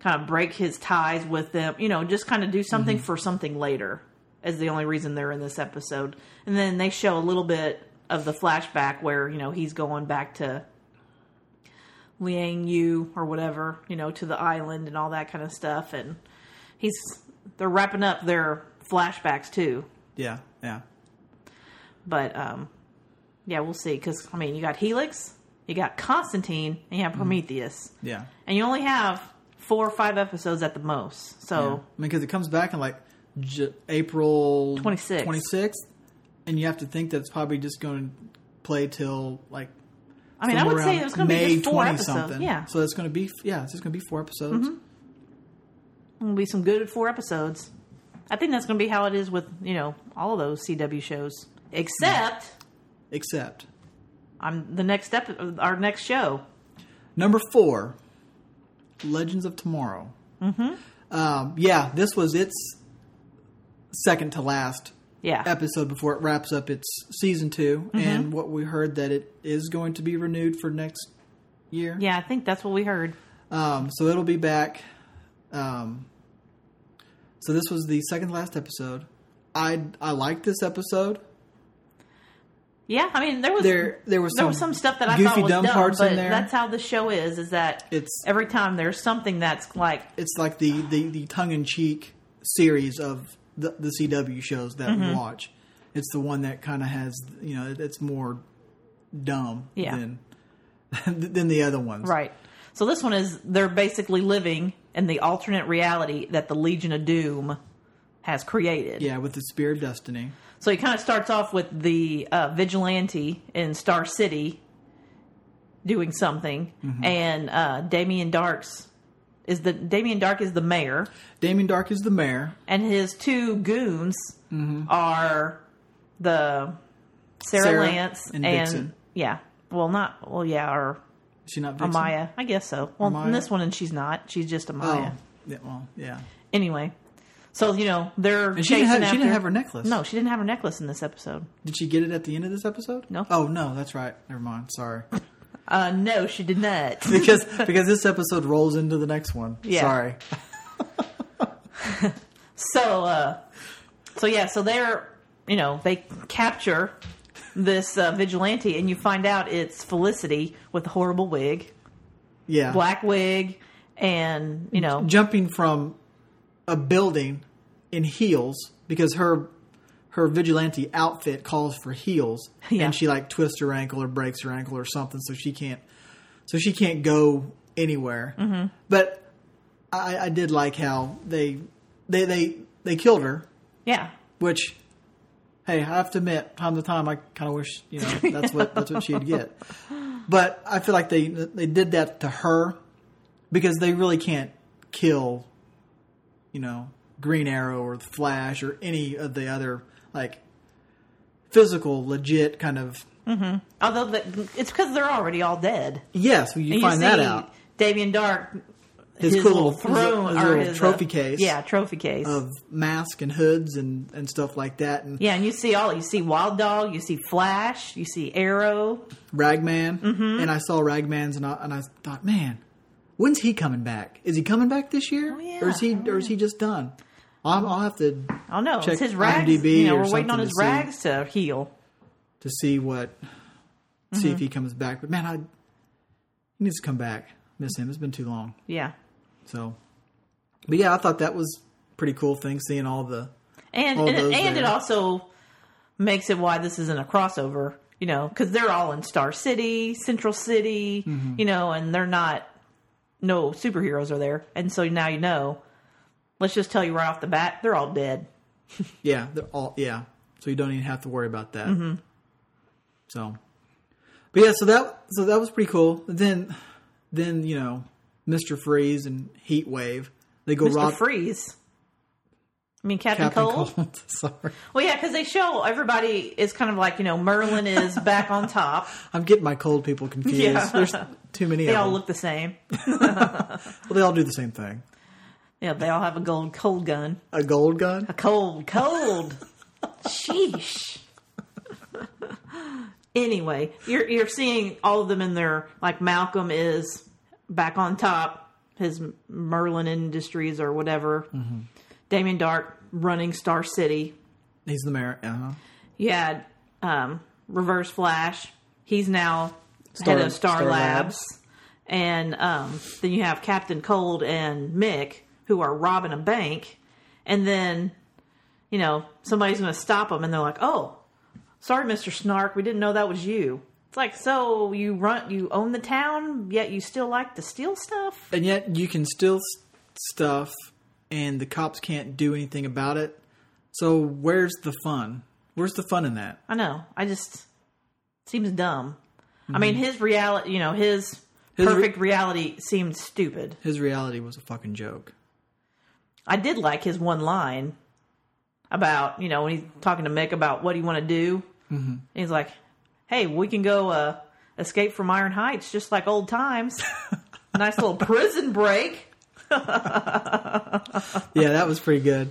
kind of break his ties with them. You know, just kind of do something
Mm-hmm.
for something later is the only reason they're in this episode. And then they show a little bit of the flashback where you know he's going back to Liang Yu or whatever, you know, to the island and all that kind of stuff. And he's they're wrapping up their flashbacks too.
Yeah, yeah.
But um, yeah, we'll see. Because I mean, you got Helix, you got Constantine, and
Mm-hmm.
you have Prometheus,
Yeah.
and you only have four or five episodes at the most.
Yeah.
So
I mean, because it comes back in like J- April
26th.
26th, and you have to think that it's probably just going to play till like
I mean, I would say there's going to be just four episodes. Yeah, Mm-hmm.
So it's going to be yeah, it's just going to be four episodes.
it'll be some good four episodes. I think that's going to be how it is with you know all of those CW shows, except
Mm-hmm. Except
on the next step, our next show.
number four, Legends of Tomorrow. Mm-hmm. Um, yeah, this was its second to last
Yeah.
episode before it wraps up its season 2
Mm-hmm.
and what we heard that it is going to be renewed for next year.
Yeah, I think that's what we heard.
Um, so it'll be back. Um, so this was the second last episode. I I liked this episode.
Yeah, I mean there was
There there was
there
some
was some stuff that I
goofy
thought was
dumb
dumb,
parts
but
in there.
that's how the show is. Is that
It's-
every time there's something that's like
it's like the the, the tongue in cheek series of the, the CW shows that
Mm-hmm.
we watch. It's the one that kind of has you know it, it's more dumb
Yeah.
than than the other ones.
Right. So this one is they're basically living in the alternate reality that the Legion of Doom has created.
Yeah, with the Spear of Destiny.
So he kind of starts off with the uh, vigilante in Star City doing something,
Mm-hmm.
and uh, Damien Dark's is the Damien Dark is the mayor,
Damien Dark is the mayor.
and his two goons are the Sarah,
Mm-hmm. Sarah
Lance
and Vixen.
yeah, well not well yeah or
Is she not Vixen?
Amaya, I guess so. Well,
Amaya?
in this one, and she's not. She's just
Oh,
Amaya.
yeah, well, yeah.
Anyway, so you know they're
And she didn't,
chasing
have, she didn't
after-
have her necklace.
No, she didn't have her necklace in this episode.
Did she get it at the end of this episode?
No.
Oh no, that's right. Never mind. Sorry.
Uh, no, she did not.
because because this episode rolls into the next one.
Yeah.
Sorry.
So, uh, so yeah, so they're you know they capture this uh, vigilante, and you find out it's Felicity with a horrible wig,
Yeah.
black wig, and you know
Jumping from a building in heels because her her vigilante outfit calls for heels
Yeah.
and she like twists her ankle or breaks her ankle or something so she can't so she can't go anywhere. Mm-hmm. But I, I did like how they they they they killed her
yeah,
which hey i have to admit time to time i kind of wish you know that's what that's what she'd get but i feel like they they did that to her because they really can't kill you know green arrow or the flash or any of the other like physical legit kind of
although the, it's because they're already all dead.
yes well, you
And
find that out
Damien Dark,
his,
his,
cool
little
little
throne
his,
or
little
his, uh,
trophy case
yeah, trophy case.
of mask and hoods and and stuff like that and
Yeah, and you see all you see Wild Dog, you see Flash, you see Arrow.
Ragman,
Mm-hmm.
and I saw Ragman's, and I, and I thought, man, when's he coming back? Is he coming back this year,
Oh, yeah.
or is he, or is he just done? I'll, I'll have to
I don't know.
Check
it's his rags.
IMDb
you know,
or
we're waiting
something
on his
to see.
rags to heal.
to see what, see
Mm-hmm.
if he comes back. But man, I he needs to come back. Miss him. It's been too long.
Yeah.
So, but yeah, I thought that was a pretty cool thing seeing all the
And
All
and,
those
and it
there.
also makes it why this isn't a crossover, you know, cuz they're all in Star City, Central City, you know, and they're not no superheroes are there. And so now you know. Let's just tell you right off the bat, they're all dead.
Yeah, they're all yeah. So you don't even have to worry about that.
Mm-hmm.
So, but yeah, so that so that was pretty cool. Then, then you know, Mister Freeze and Heat Wave, they go
Mr.
rob
Freeze. I mean Captain,
Captain
Cold.
Cold. Sorry,
Well, yeah, because they show everybody is kind of like you know Merlin is back on top.
I'm getting my cold people confused.
Yeah.
There's too many.
They
of
all
them.
look the same.
well, they all do the same thing.
Yeah, they all have a gold cold gun.
A gold gun.
A cold, cold. Sheesh. anyway, you're you're seeing all of them in their like Malcolm is back on top, his Merlin Industries or whatever. Damien Dark running Star City.
He's the mayor. Uh huh.
You had um, Reverse Flash. He's now head of Star,
Star
Labs. And um, then you have Captain Cold and Mick, who are robbing a bank. And then, you know, somebody's going to stop them, and they're like, oh, sorry, Mr. Snark, we didn't know that was you. It's like, so you run, you own the town, yet you still like to steal stuff?
And yet you can still s- stuff, and the cops can't do anything about it. So where's the fun? Where's the fun in that?
I know. I just seems dumb. I mean, his reality, you know, Mm-hmm. his,
His re-
perfect reality seemed stupid.
His reality was a fucking joke.
I did like his one line about you know when he's talking to Mick about what do you want to do. Mm-hmm. He's like, "Hey, we can go uh, escape from Iron Heights just like old times. nice little prison break."
yeah, that was pretty good.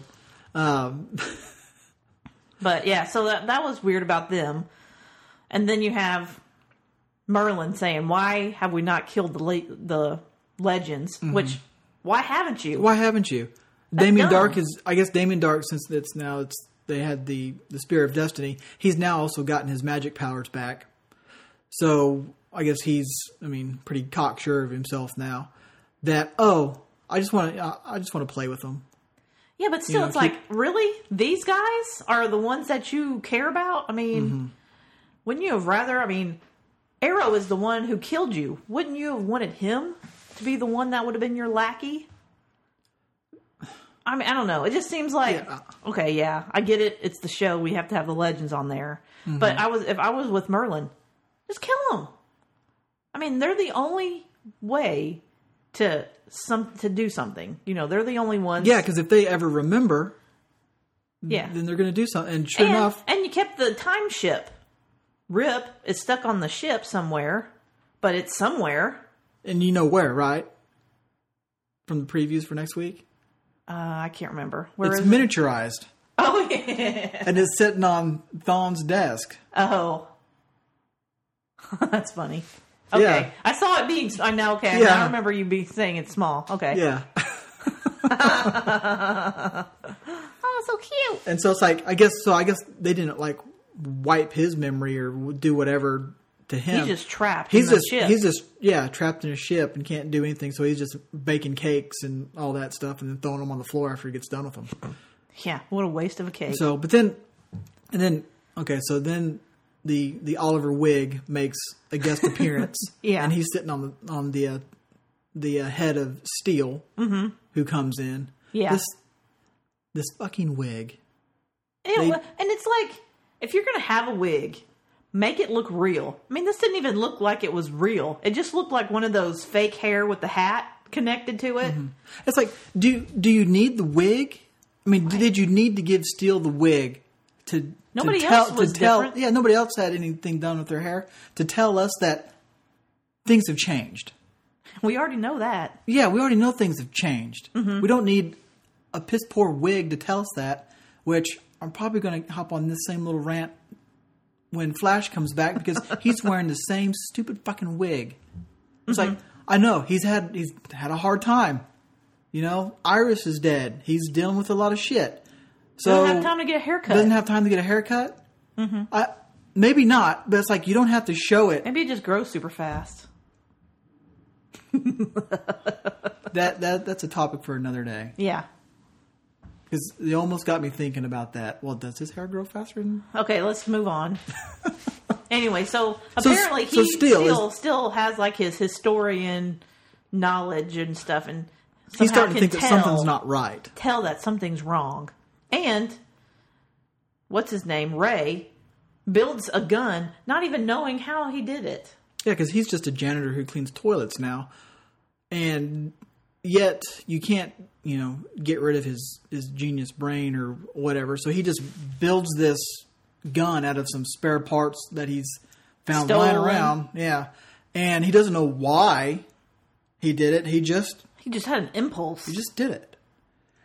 But yeah, so that that was weird about them. And then you have Merlin saying, "Why have we not killed the le- the legends?" Which why haven't you?
Why haven't you? Damien
dumb.
Dark is, I guess, Damien Dark. Since it's now, it's they had the the Spear of Destiny. He's now also gotten his magic powers back. So I guess he's, I mean, pretty cocksure of himself now. That oh, I just want to, I just want to play with them.
Yeah, but still,
know,
it's
keep-
like, really? These
Mm-hmm.
guys are the ones that you care about? I mean, wouldn't you have rather? I mean, Arrow is the one who killed you. Wouldn't you have wanted him to be the one that would have been your lackey? I mean, I don't know. It just seems like
Yeah. uh,
okay, yeah, I get it. It's the show. We have to have the legends on there.
Mm-hmm.
But I was if I was with Merlin, just kill him. I mean, they're the only way to some to do something. You know, they're the only ones.
Yeah, because if they ever remember,
yeah.
then they're going to do something. And sure
and,
enough,
and you kept the time ship. Rip is stuck on the ship somewhere, but it's somewhere.
and you know where, right? From the previews for next week,
Uh, I can't remember. Where is
it's
it?
miniaturized
Oh yeah.
and it's sitting on Thon's desk.
Oh. That's funny. Okay.
Yeah.
I saw it being I know okay.
Yeah.
I remember you being saying it's small. Okay.
Yeah,
Oh, so cute.
and so it's like I guess so. I guess they didn't like wipe his memory or do whatever to him.
He's just trapped
He's
in the
just
ship.
he's just yeah trapped in a ship and can't do anything. So he's just baking cakes and all that stuff, and then throwing them on the floor after he gets done with them.
yeah, what a waste of a cake.
So, but then, and then, okay, so then the the Oliver Wig makes a guest appearance.
Yeah.
and he's sitting on the on the uh, the uh, head of Steel, who comes in.
Mm-hmm. Yeah.
this this fucking wig.
And,
They-
it, wa- and it's like if you're gonna have a wig, make it look real. I mean, this didn't even look like it was real. It just looked like one of those fake hair with the hat connected to it.
It's like, do do you need the wig? I mean, did you need to give Steele the wig to
Nobody
to tell,
else was
to tell,
different.
Yeah, nobody else had anything done with their hair to tell us that things have changed.
We already know that.
Yeah, we already know things have changed.
Mm-hmm.
We don't need a piss poor wig to tell us that. Which I'm probably going to hop on this same little rant when Flash comes back because he's wearing the same stupid fucking wig. It's like
Mm-hmm.
I know he's had he's had a hard time. You know, Iris is dead. He's dealing with a lot of shit. So
Don't have time to get a Mm-hmm. haircut.
doesn't have time to get a haircut. I, maybe not, but it's like you don't have to show it.
Maybe it just grows super fast.
That that that's a topic for another day.
Yeah.
Because they almost got me thinking about that. Well, does his hair grow faster? Than...
Okay, let's move on. anyway, so
So-
apparently
so
he
Steele is-
still still has like his historian knowledge and stuff, and
He's
somehow
starting to
can
think that
tell-
something's not right.
tell that something's wrong. And what's his name? Ray builds a gun, not even knowing how he did it.
Yeah, because he's just a janitor who cleans toilets now, and yet you can't, you know, get rid of his his genius brain or whatever. So he just builds this gun out of some spare parts that he's found lying
Stolen.
around. Yeah, and he doesn't know why he did it. He just
He just had an impulse.
He just did it.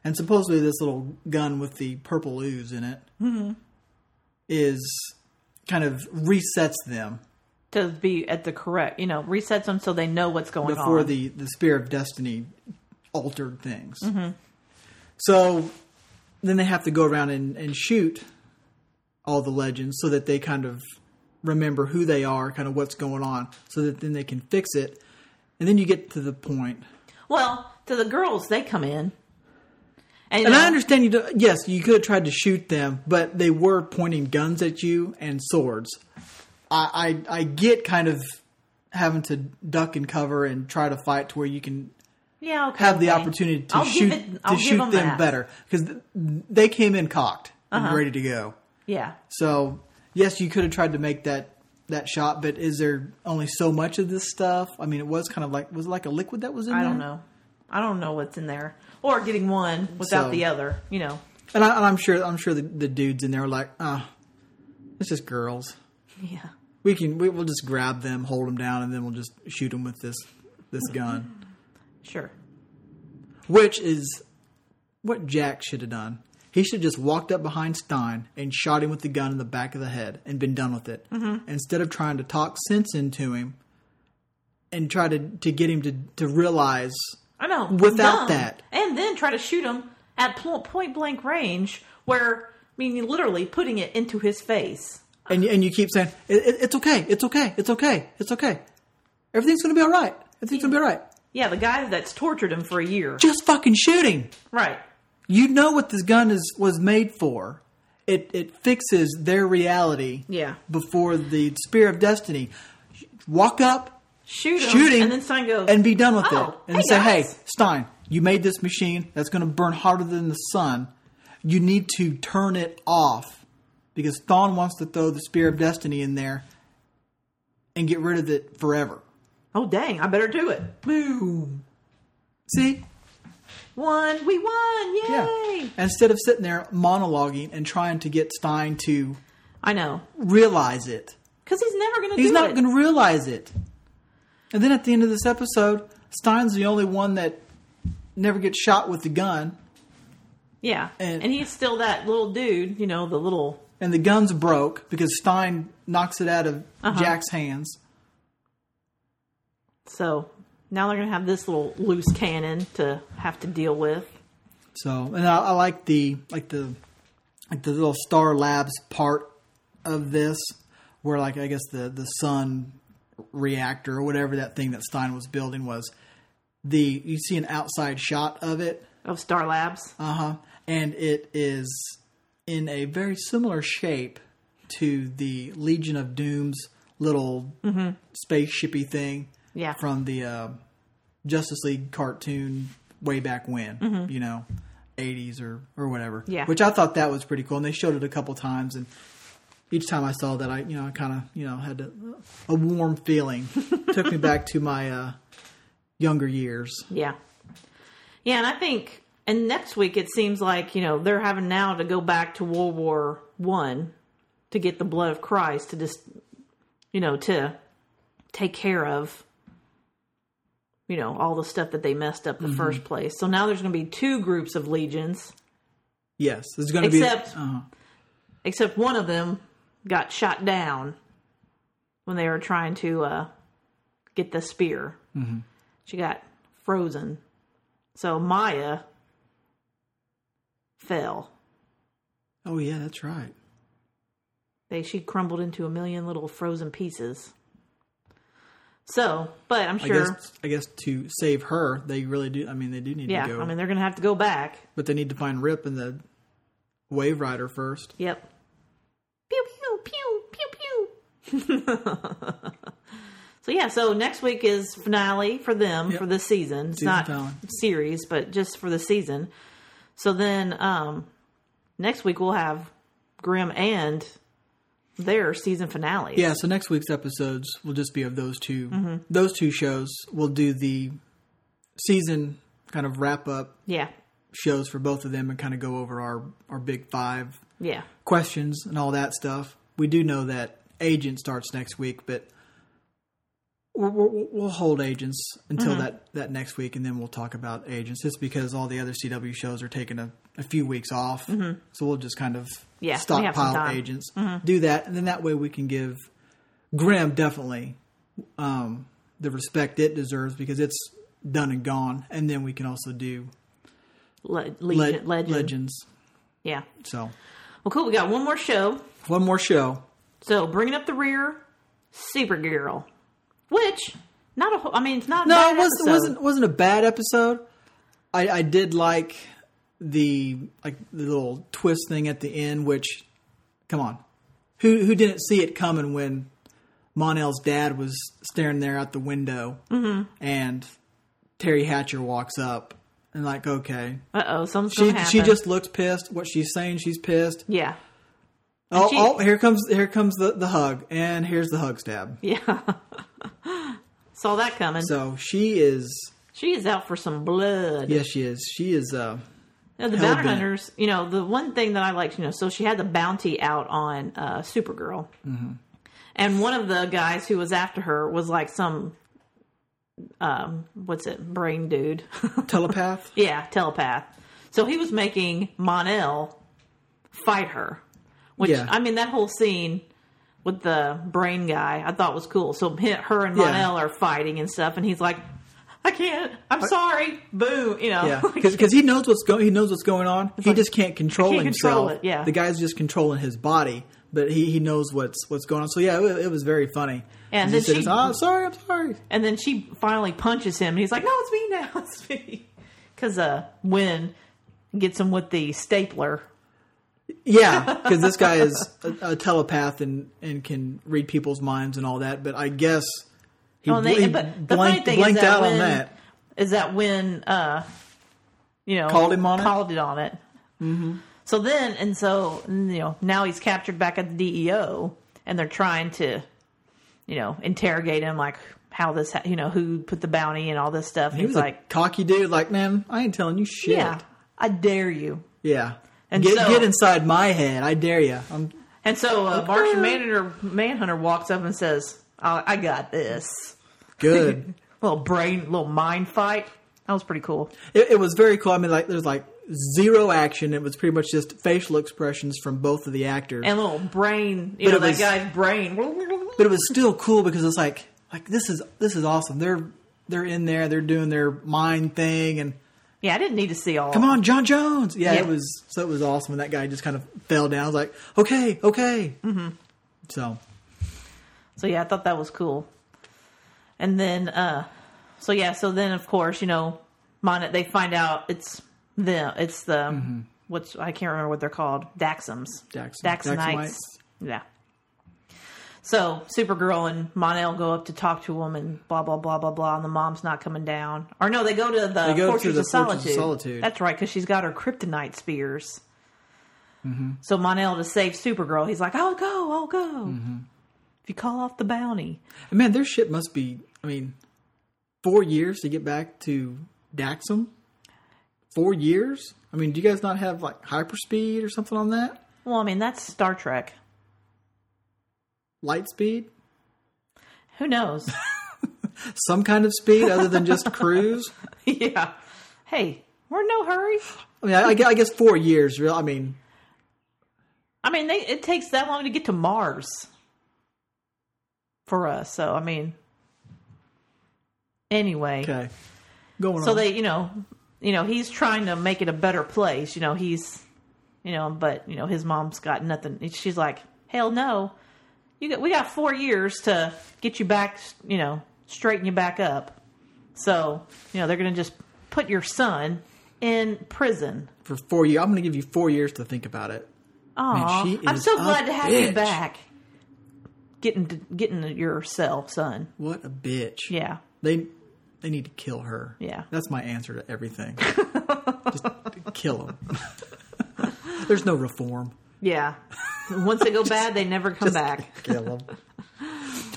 And supposedly, this little gun with the purple ooze in it is kind of resets them
to be at the correct, you know, resets them so they know what's going
before
on.
the the spear of destiny altered things. So then they have to go around and, and shoot all the legends so that they kind of remember who they are, kind of what's going on, so that then they can fix it. And then you get to the point
well, to the girls, they come in, and,
And
uh,
I understand you. do yes, you could have tried to shoot them, but they were pointing guns at you and swords. I, I I get kind of having to duck and cover and try to fight to where you can
yeah, okay,
have the
okay.
opportunity to
I'll give
shoot
it- I'll
to
give
shoot them
them that. Uh-huh.
better because they came in cocked and ready to go.
Yeah,
So yes, you could have tried to make that that shot, but is there only so much of this stuff? I mean, it was kind of like was it like a liquid that was in
I
there?
don't know. I don't know what's in there, or getting one without
So-
the other. You know,
And, I, and I'm sure I'm sure the, the dudes in there are like, ah, it's just girls.
yeah.
We can we, we'll just grab them, hold them down, and then we'll just shoot them with this this gun,
Sure.
which is what Jack should have done. He should have just walked up behind Stein and shot him with the gun in the back of the head and been done with it.
Mm-hmm.
Instead of trying to talk sense into him and try to, to get him to, to realize
I know.
Without
dumb.
that.
and then try to shoot him at pl- point blank range, where I mean, you're literally putting it into his face.
and you- and you keep saying it, it, it's okay, it's okay, it's okay, it's okay. Everything's gonna be all right. Everything's gonna be all right.
Yeah, the guy that's tortured him for a year.
Just fucking shooting.
Right.
you know what this gun is was made for. It it fixes their reality
Yeah.
before the spear of destiny. walk up,
Shoot him,
shooting,
and then Stein goes
and be done with
"Oh,
it, and
hey,
say,
guys."
"Hey, Stein, you made this machine that's going to burn harder than the sun. You need to turn it off because Thawne wants to throw the spear of destiny in there and get rid of it forever."
Oh dang! I better do it. Boom!
See,
One, we won! Yay!
yeah. Instead of sitting there monologuing and trying to get Stein to
I know,
realize it.
because he's never going to.
He's
do
not
it.
going to realize it. And then at the end of this episode, Stein's the only one that never gets shot with the gun,
Yeah,
And-
and, he's still that little dude. You know, the little.
and the gun's broke because Stein knocks it out of
Uh-huh.
Jack's hands.
So now they're going to have this little loose cannon to have to deal with.
So, and I, I like the like the like the little Star Labs part of this, where like I guess the the sun reactor or whatever that thing that Stein was building was. The you see an outside shot of it,
Of Star Labs,
Uh huh. And it is in a very similar shape to the Legion of Doom's little spaceshipy thing
Yeah.
from the uh, Justice League cartoon way back when, you know, 80s or, or whatever.
Mm-hmm. Yeah.
Which I thought that was pretty cool. And they showed it a couple times. And each time I saw that, I, you know, I kind of, you know, had a, a warm feeling. Took me back to my uh, younger years.
yeah, yeah, and I think and next week it seems like you know they're having now to go back to World War One to get the blood of Christ to just you know to take care of you know all the stuff that they messed up in the first place. So now there's going to be two groups of legions.
Yes. There's going to be.
Except-
uh
except one of them got shot down when they were trying to uh, get the spear. Mm-hmm. She got frozen. So Maya fell.
Oh, yeah, that's right.
They she crumbled into a million little frozen pieces. So, but I'm
I
sure,
guess I guess to save her, they really do. I mean, they do need
yeah.
to go,
I mean, they're gonna have to go back.
but they need to find Rip and the Wave Rider first.
Yep. Pew pew pew pew pew. so yeah, so next week is finale for them
Yep.
for this season. It's
Season
not
finale.
series, but just for the season. So then um next week we'll have Grim and their season finale.
Yeah. So next week's episodes will just be of those 2 Those two shows. We'll do the season kind of wrap up
Yeah.
shows for both of them and kind of go over our our big five
Yeah.
questions and all that stuff. We do know that agent starts next week, but we'll, we'll, we'll hold agents until
Mm-hmm.
that, that next week, and then we'll talk about agents. Just because all the other CW shows are taking a, a few weeks off, so we'll just kind of
Mm-hmm. Yeah, we have some
stockpile
time. Mm-hmm.
agents, do that, and then that way we can give Graham definitely um, the respect it deserves because it's done and gone, and then we can also do
Le-
le-
Legion, legend.
legends.
Yeah.
So
Well cool, we got one more show.
one more show.
So bringing up the rear, Supergirl. Which not a whole, I mean it's not a
No,
bad
it wasn't
episode.
wasn't wasn't a bad episode. I, I did like the like the little twist thing at the end, which come on. Who who didn't see it coming when Monel's dad was staring there out the window
Mm-hmm.
and Terry Hatcher walks up and like, okay.
Uh oh, something's
She
gonna happen.
she just looks pissed. What she's saying, she's pissed.
yeah,
Oh,
she-
oh here comes here comes the, the hug. And here's the hug stab.
yeah. Saw that coming.
So she is
she is out for some blood.
yes, she is. She is uh
Now, the
hell
bounty
bent.
hunters. You know, the one thing that I liked, you know, so she had the bounty out on uh, Supergirl,
Mm-hmm.
and one of the guys who was after her was like some, um, what's it, brain dude?
telepath.
yeah, telepath. So he was making Monel fight her, which
Yeah.
I mean, that whole scene. with the brain guy I thought was cool. So he- her and
Yeah.
Monel are fighting and stuff, and he's like, "I can't. I'm sorry." Boom. You know.
Yeah,
like,
because he knows what's going. He knows what's going on. He
Oh like-
just can't control
Can't
himself.
control it, yeah.
the guy's just controlling his body, but he, he knows what's what's going on. So yeah, it, it was very funny.
And
he
then
says,
she-
"Ah, sorry, I'm sorry."
and then she finally punches him, and he's like, "No, it's me now. It's me." Because uh, Win gets him with the stapler.
Yeah, because this guy is a, a telepath and and can read people's minds and all that. But I guess He,
Oh, and they-
he
but the funny
blanked,
thing is
blanked
that
out on
when-
that.
is that when uh you know
Called him on it?
called it on it mm-hmm. so then and so you know now he's captured back at the deo and they're trying to you know interrogate him like how this ha- you know who put the bounty and all this stuff
He
he's
was
like
a cocky dude. Like, man, I ain't telling you shit.
yeah i dare you
Yeah.
And
get,
so-
get inside my head. I dare you. I'm,
and so uh, martian manhunter, manhunter walks up and says i, I got this
good.
little brain little mind fight that was pretty cool
it, it was very cool. I mean, like, there's like zero action. It was pretty much just facial expressions from both of the actors.
and little brain
But
you know
it
that
was-
guy's brain
but it was still cool because it's like, like this is this is awesome. They're they're in there. They're doing their mind thing and.
Yeah, I didn't need to see all.
Come on, John Jones. Yeah,
Yeah.
it was so it was awesome when that guy just kind of fell down. I was like, okay, okay. Mm-hmm. So
So yeah, I thought that was cool. And then, uh, so yeah, so then of course you know, Mon- they find out it's the it's the what's I can't remember what they're called Daxums
Daxum-
Daxonites
Daxamites.
yeah. So Supergirl and Monel go up to talk to him and blah blah blah blah blah, and the mom's not coming down. Or no, they go to the
They go to
Fortress
the
of
Fortress
Solitude.
of Solitude.
That's right, because she's got her kryptonite spears.
Mm-hmm.
So Monel to save Supergirl, he's like, "I'll go, I'll go."
Mm-hmm.
If you call off the bounty,
And man, their ship must be. I mean, four years to get back to Daxum. Four years. I mean, do you guys not have like hyperspeed or something on that?
Well, I mean, that's Star Trek.
Light speed,
Who knows?
some kind of speed other than just cruise.
yeah. Hey, we're in no hurry.
I mean, I, I gue- I guess four years. Real. I mean,
I mean, they, it takes that long to get to Mars for us. So, I mean, anyway.
okay, going
So
on.
they, you know, you know, he's trying to make it a better place. You know, he's, you know, but you know, his mom's got nothing. She's like, hell no. You got, we got four years to get you back. You know, straighten you back up. So you know, they're gonna just put your son in prison.
for four years, I'm going to give you four years to think about it.
Aw,
she
I'm
is
so
a
glad to have you
bitch.
back. Getting to, getting to your cell, son.
What a bitch.
Yeah.
They they need to kill her.
Yeah.
That's my answer to everything. Just kill them. There's no reform.
Yeah. Once they go bad, they never come back.
Kill them.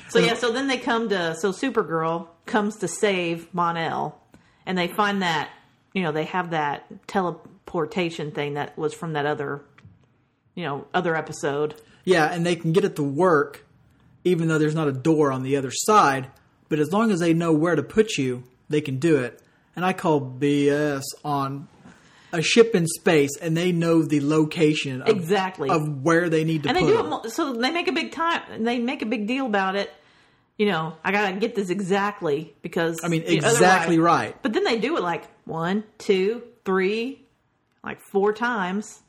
So yeah, so then they come to so Supergirl comes to save Monel, and they find that you know they have that teleportation thing that was from that other, you know, other episode.
Yeah, and they can get it to work even though there's not a door on the other side, but as long as they know where to put you, they can do it. And I call BS on a ship in space and they know the location of,
Exactly.
of where they need to
And they
put
do it.
'em.
mo- So they make a big time. They make a big deal about it. You know, I gotta get this exactly because
I mean,
you know, otherwise-
exactly right.
But then they do it like one, two, three, like four times.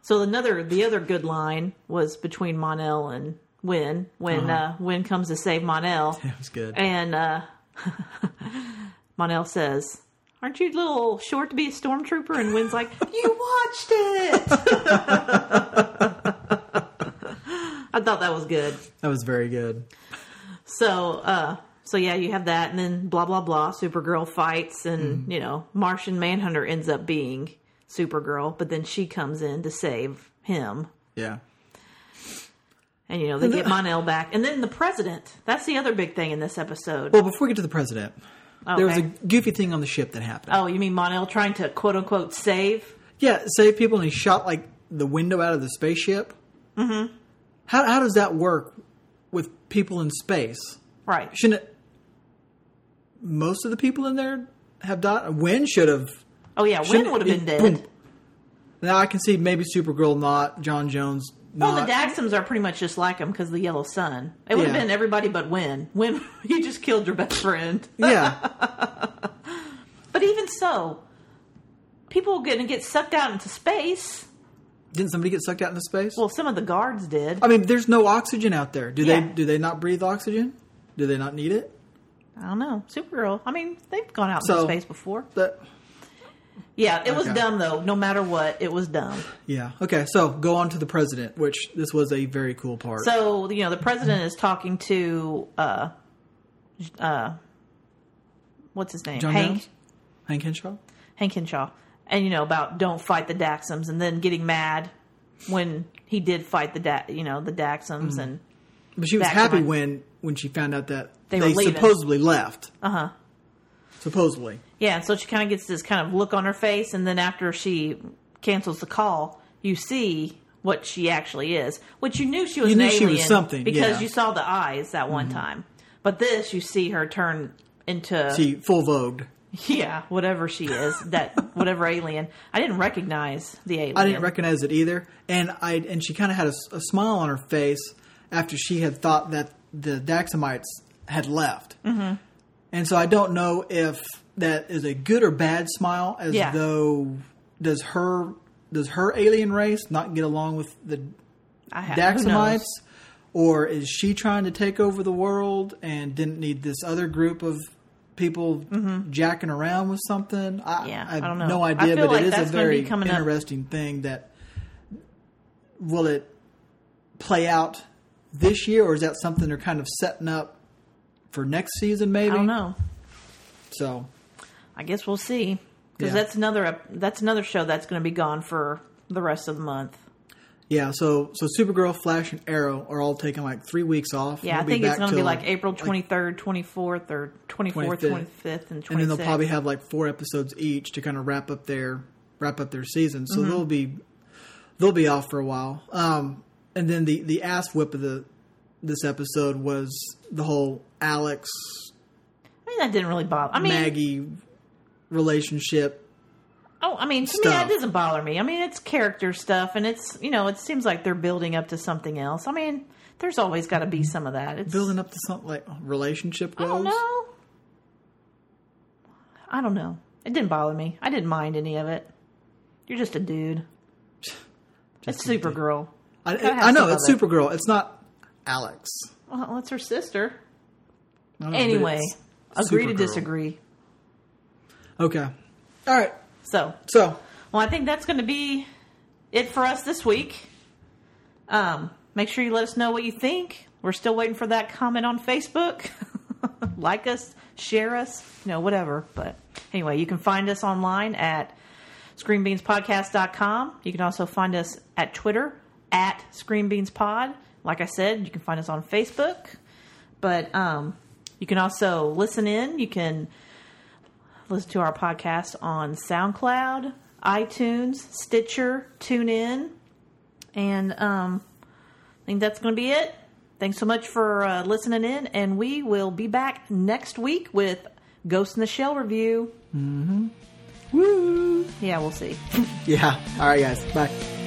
So another the other good line was between Monel and Win when uh Win comes to save Monel
That was good.
and uh Monel says, Aren't you a little short to be a stormtrooper? And Win's like, You watched it I thought that was good.
That was very good.
So, uh, so yeah, you have that, and then blah blah blah. Supergirl fights, and
Mm-hmm.
you know, Martian Manhunter ends up being Supergirl, but then she comes in to save him,
Yeah.
and you know, they get Monel back, and then the president. That's the other big thing in this episode.
Well, before we get to the president, there was a
Oh, Okay.
goofy thing on the ship that happened.
oh, you mean Monel trying to quote unquote save?
Yeah, save people, and he shot like the window out of the spaceship. Mm-hmm. How how does that work with people in space?
Right.
Shouldn't it, most of the people in there have died? Win should have.
Oh yeah, Win
shouldn't
would have
it-
been dead.
boom. Now I can see maybe Supergirl not, John Jones
Well,
not.
the Daxums are pretty much just like him because the Yellow Sun. It would have
Yeah.
been everybody but Win. Win, you just killed your best friend.
yeah,
But even so, people are going to get sucked out into space.
didn't somebody get sucked out into space?
Well, some of the guards did.
I mean, there's no oxygen out there. Do
Yeah.
they do they not breathe oxygen? Do they not need it?
I don't know. Supergirl. I mean, they've gone out
So-
into space before.
That
Yeah, it was
Okay.
dumb though. No matter what, it was dumb.
Yeah. Okay. So go on to the president, which this was a very cool part.
So you know, the president is talking to uh, uh, what's his name?
John
Hank
Jones? Hank Henshaw.
Hank Henshaw, and you know about don't fight the Daxams, and then getting mad when he did fight the da- you know the Daxams,
Hmm.
and
But she was
Back to
happy
my-
when when she found out that
They
they,
were leaving. Uh-huh.
supposedly left. Uh huh. Supposedly.
yeah, and so she kind of gets this kind of look on her face, and then after she cancels the call, you see what she actually is, which you knew she was.
You
an
knew she was
alien
something,
because
yeah. Mm-hmm.
you saw the eyes that one time, but this you see her turn into
She full vogued.
Yeah, whatever she is, that whatever alien. I didn't recognize the alien.
I didn't recognize it either, and I and she kind of had a, s- a smile on her face after she had thought that the Daxamites had left. Mm-hmm. And so I don't know if that is a good or bad smile, as
Yeah.
though does her does her alien race not get along with the
I ha- who knows?
Daxamites, or is she trying to take over the world and didn't need this other group of people jacking around with something? I,
Mm-hmm. Yeah,
I have
I don't know.
no
I
idea,
feel
but
like
it is a
that's gonna be
very
coming up.
interesting thing that will it play out this year, or is that something they're kind of setting up for next season? Maybe
I don't know.
So
I guess we'll see because
Yeah.
that's another ep- that's another show that's going to be gone for the rest of the month.
yeah, so so Supergirl, Flash, and Arrow are all taking like three weeks off.
Yeah,
We'll
I think
back
it's going to be
till-
like April twenty third, twenty fourth, or twenty fourth,
25th.
twenty fifth, and
and
twenty
then they'll
sixth.
probably have like four episodes each to kind of wrap up their wrap up their season. So
Mm-hmm.
they'll be they'll be off for a while. Um, and then the the ass whip of the this episode was the whole Alex
I mean, that didn't really bother. I mean,
Maggie relationship.
oh, I mean, to me,
stuff.
that doesn't bother me. I mean, it's character stuff, and it's you know, it seems like they're building up to something else. I mean, there's always got to be some of that. It's
Building up to something like relationship
I
goes.
don't know. I don't know. It didn't bother me. I didn't mind any of it. You're just a dude. it's Supergirl.
I,
Gotta have
I know
some
it's
of it.
Supergirl. It's not Alex.
Well, it's her sister.
I don't know, but
Anyway,
it's
agree to
Supergirl.
disagree.
Okay. All right.
So,
So
well, I think that's going to be it for us this week. Um, make sure you let us know what you think. We're still waiting for that comment on Facebook. like us, share us, you know, whatever. But anyway, you can find us online at screenbeanspodcast.com. You can also find us at Twitter at screenbeanspod. Like I said, you can find us on Facebook. But um, you can also listen in. You can listen to our podcast on SoundCloud, iTunes, Stitcher, TuneIn, and um, I think that's going to be it. Thanks so much for uh, listening in, and we will be back next week with Ghost in the Shell review. Mm-hmm. Woo! Yeah, we'll see.
yeah. All right, guys. Bye.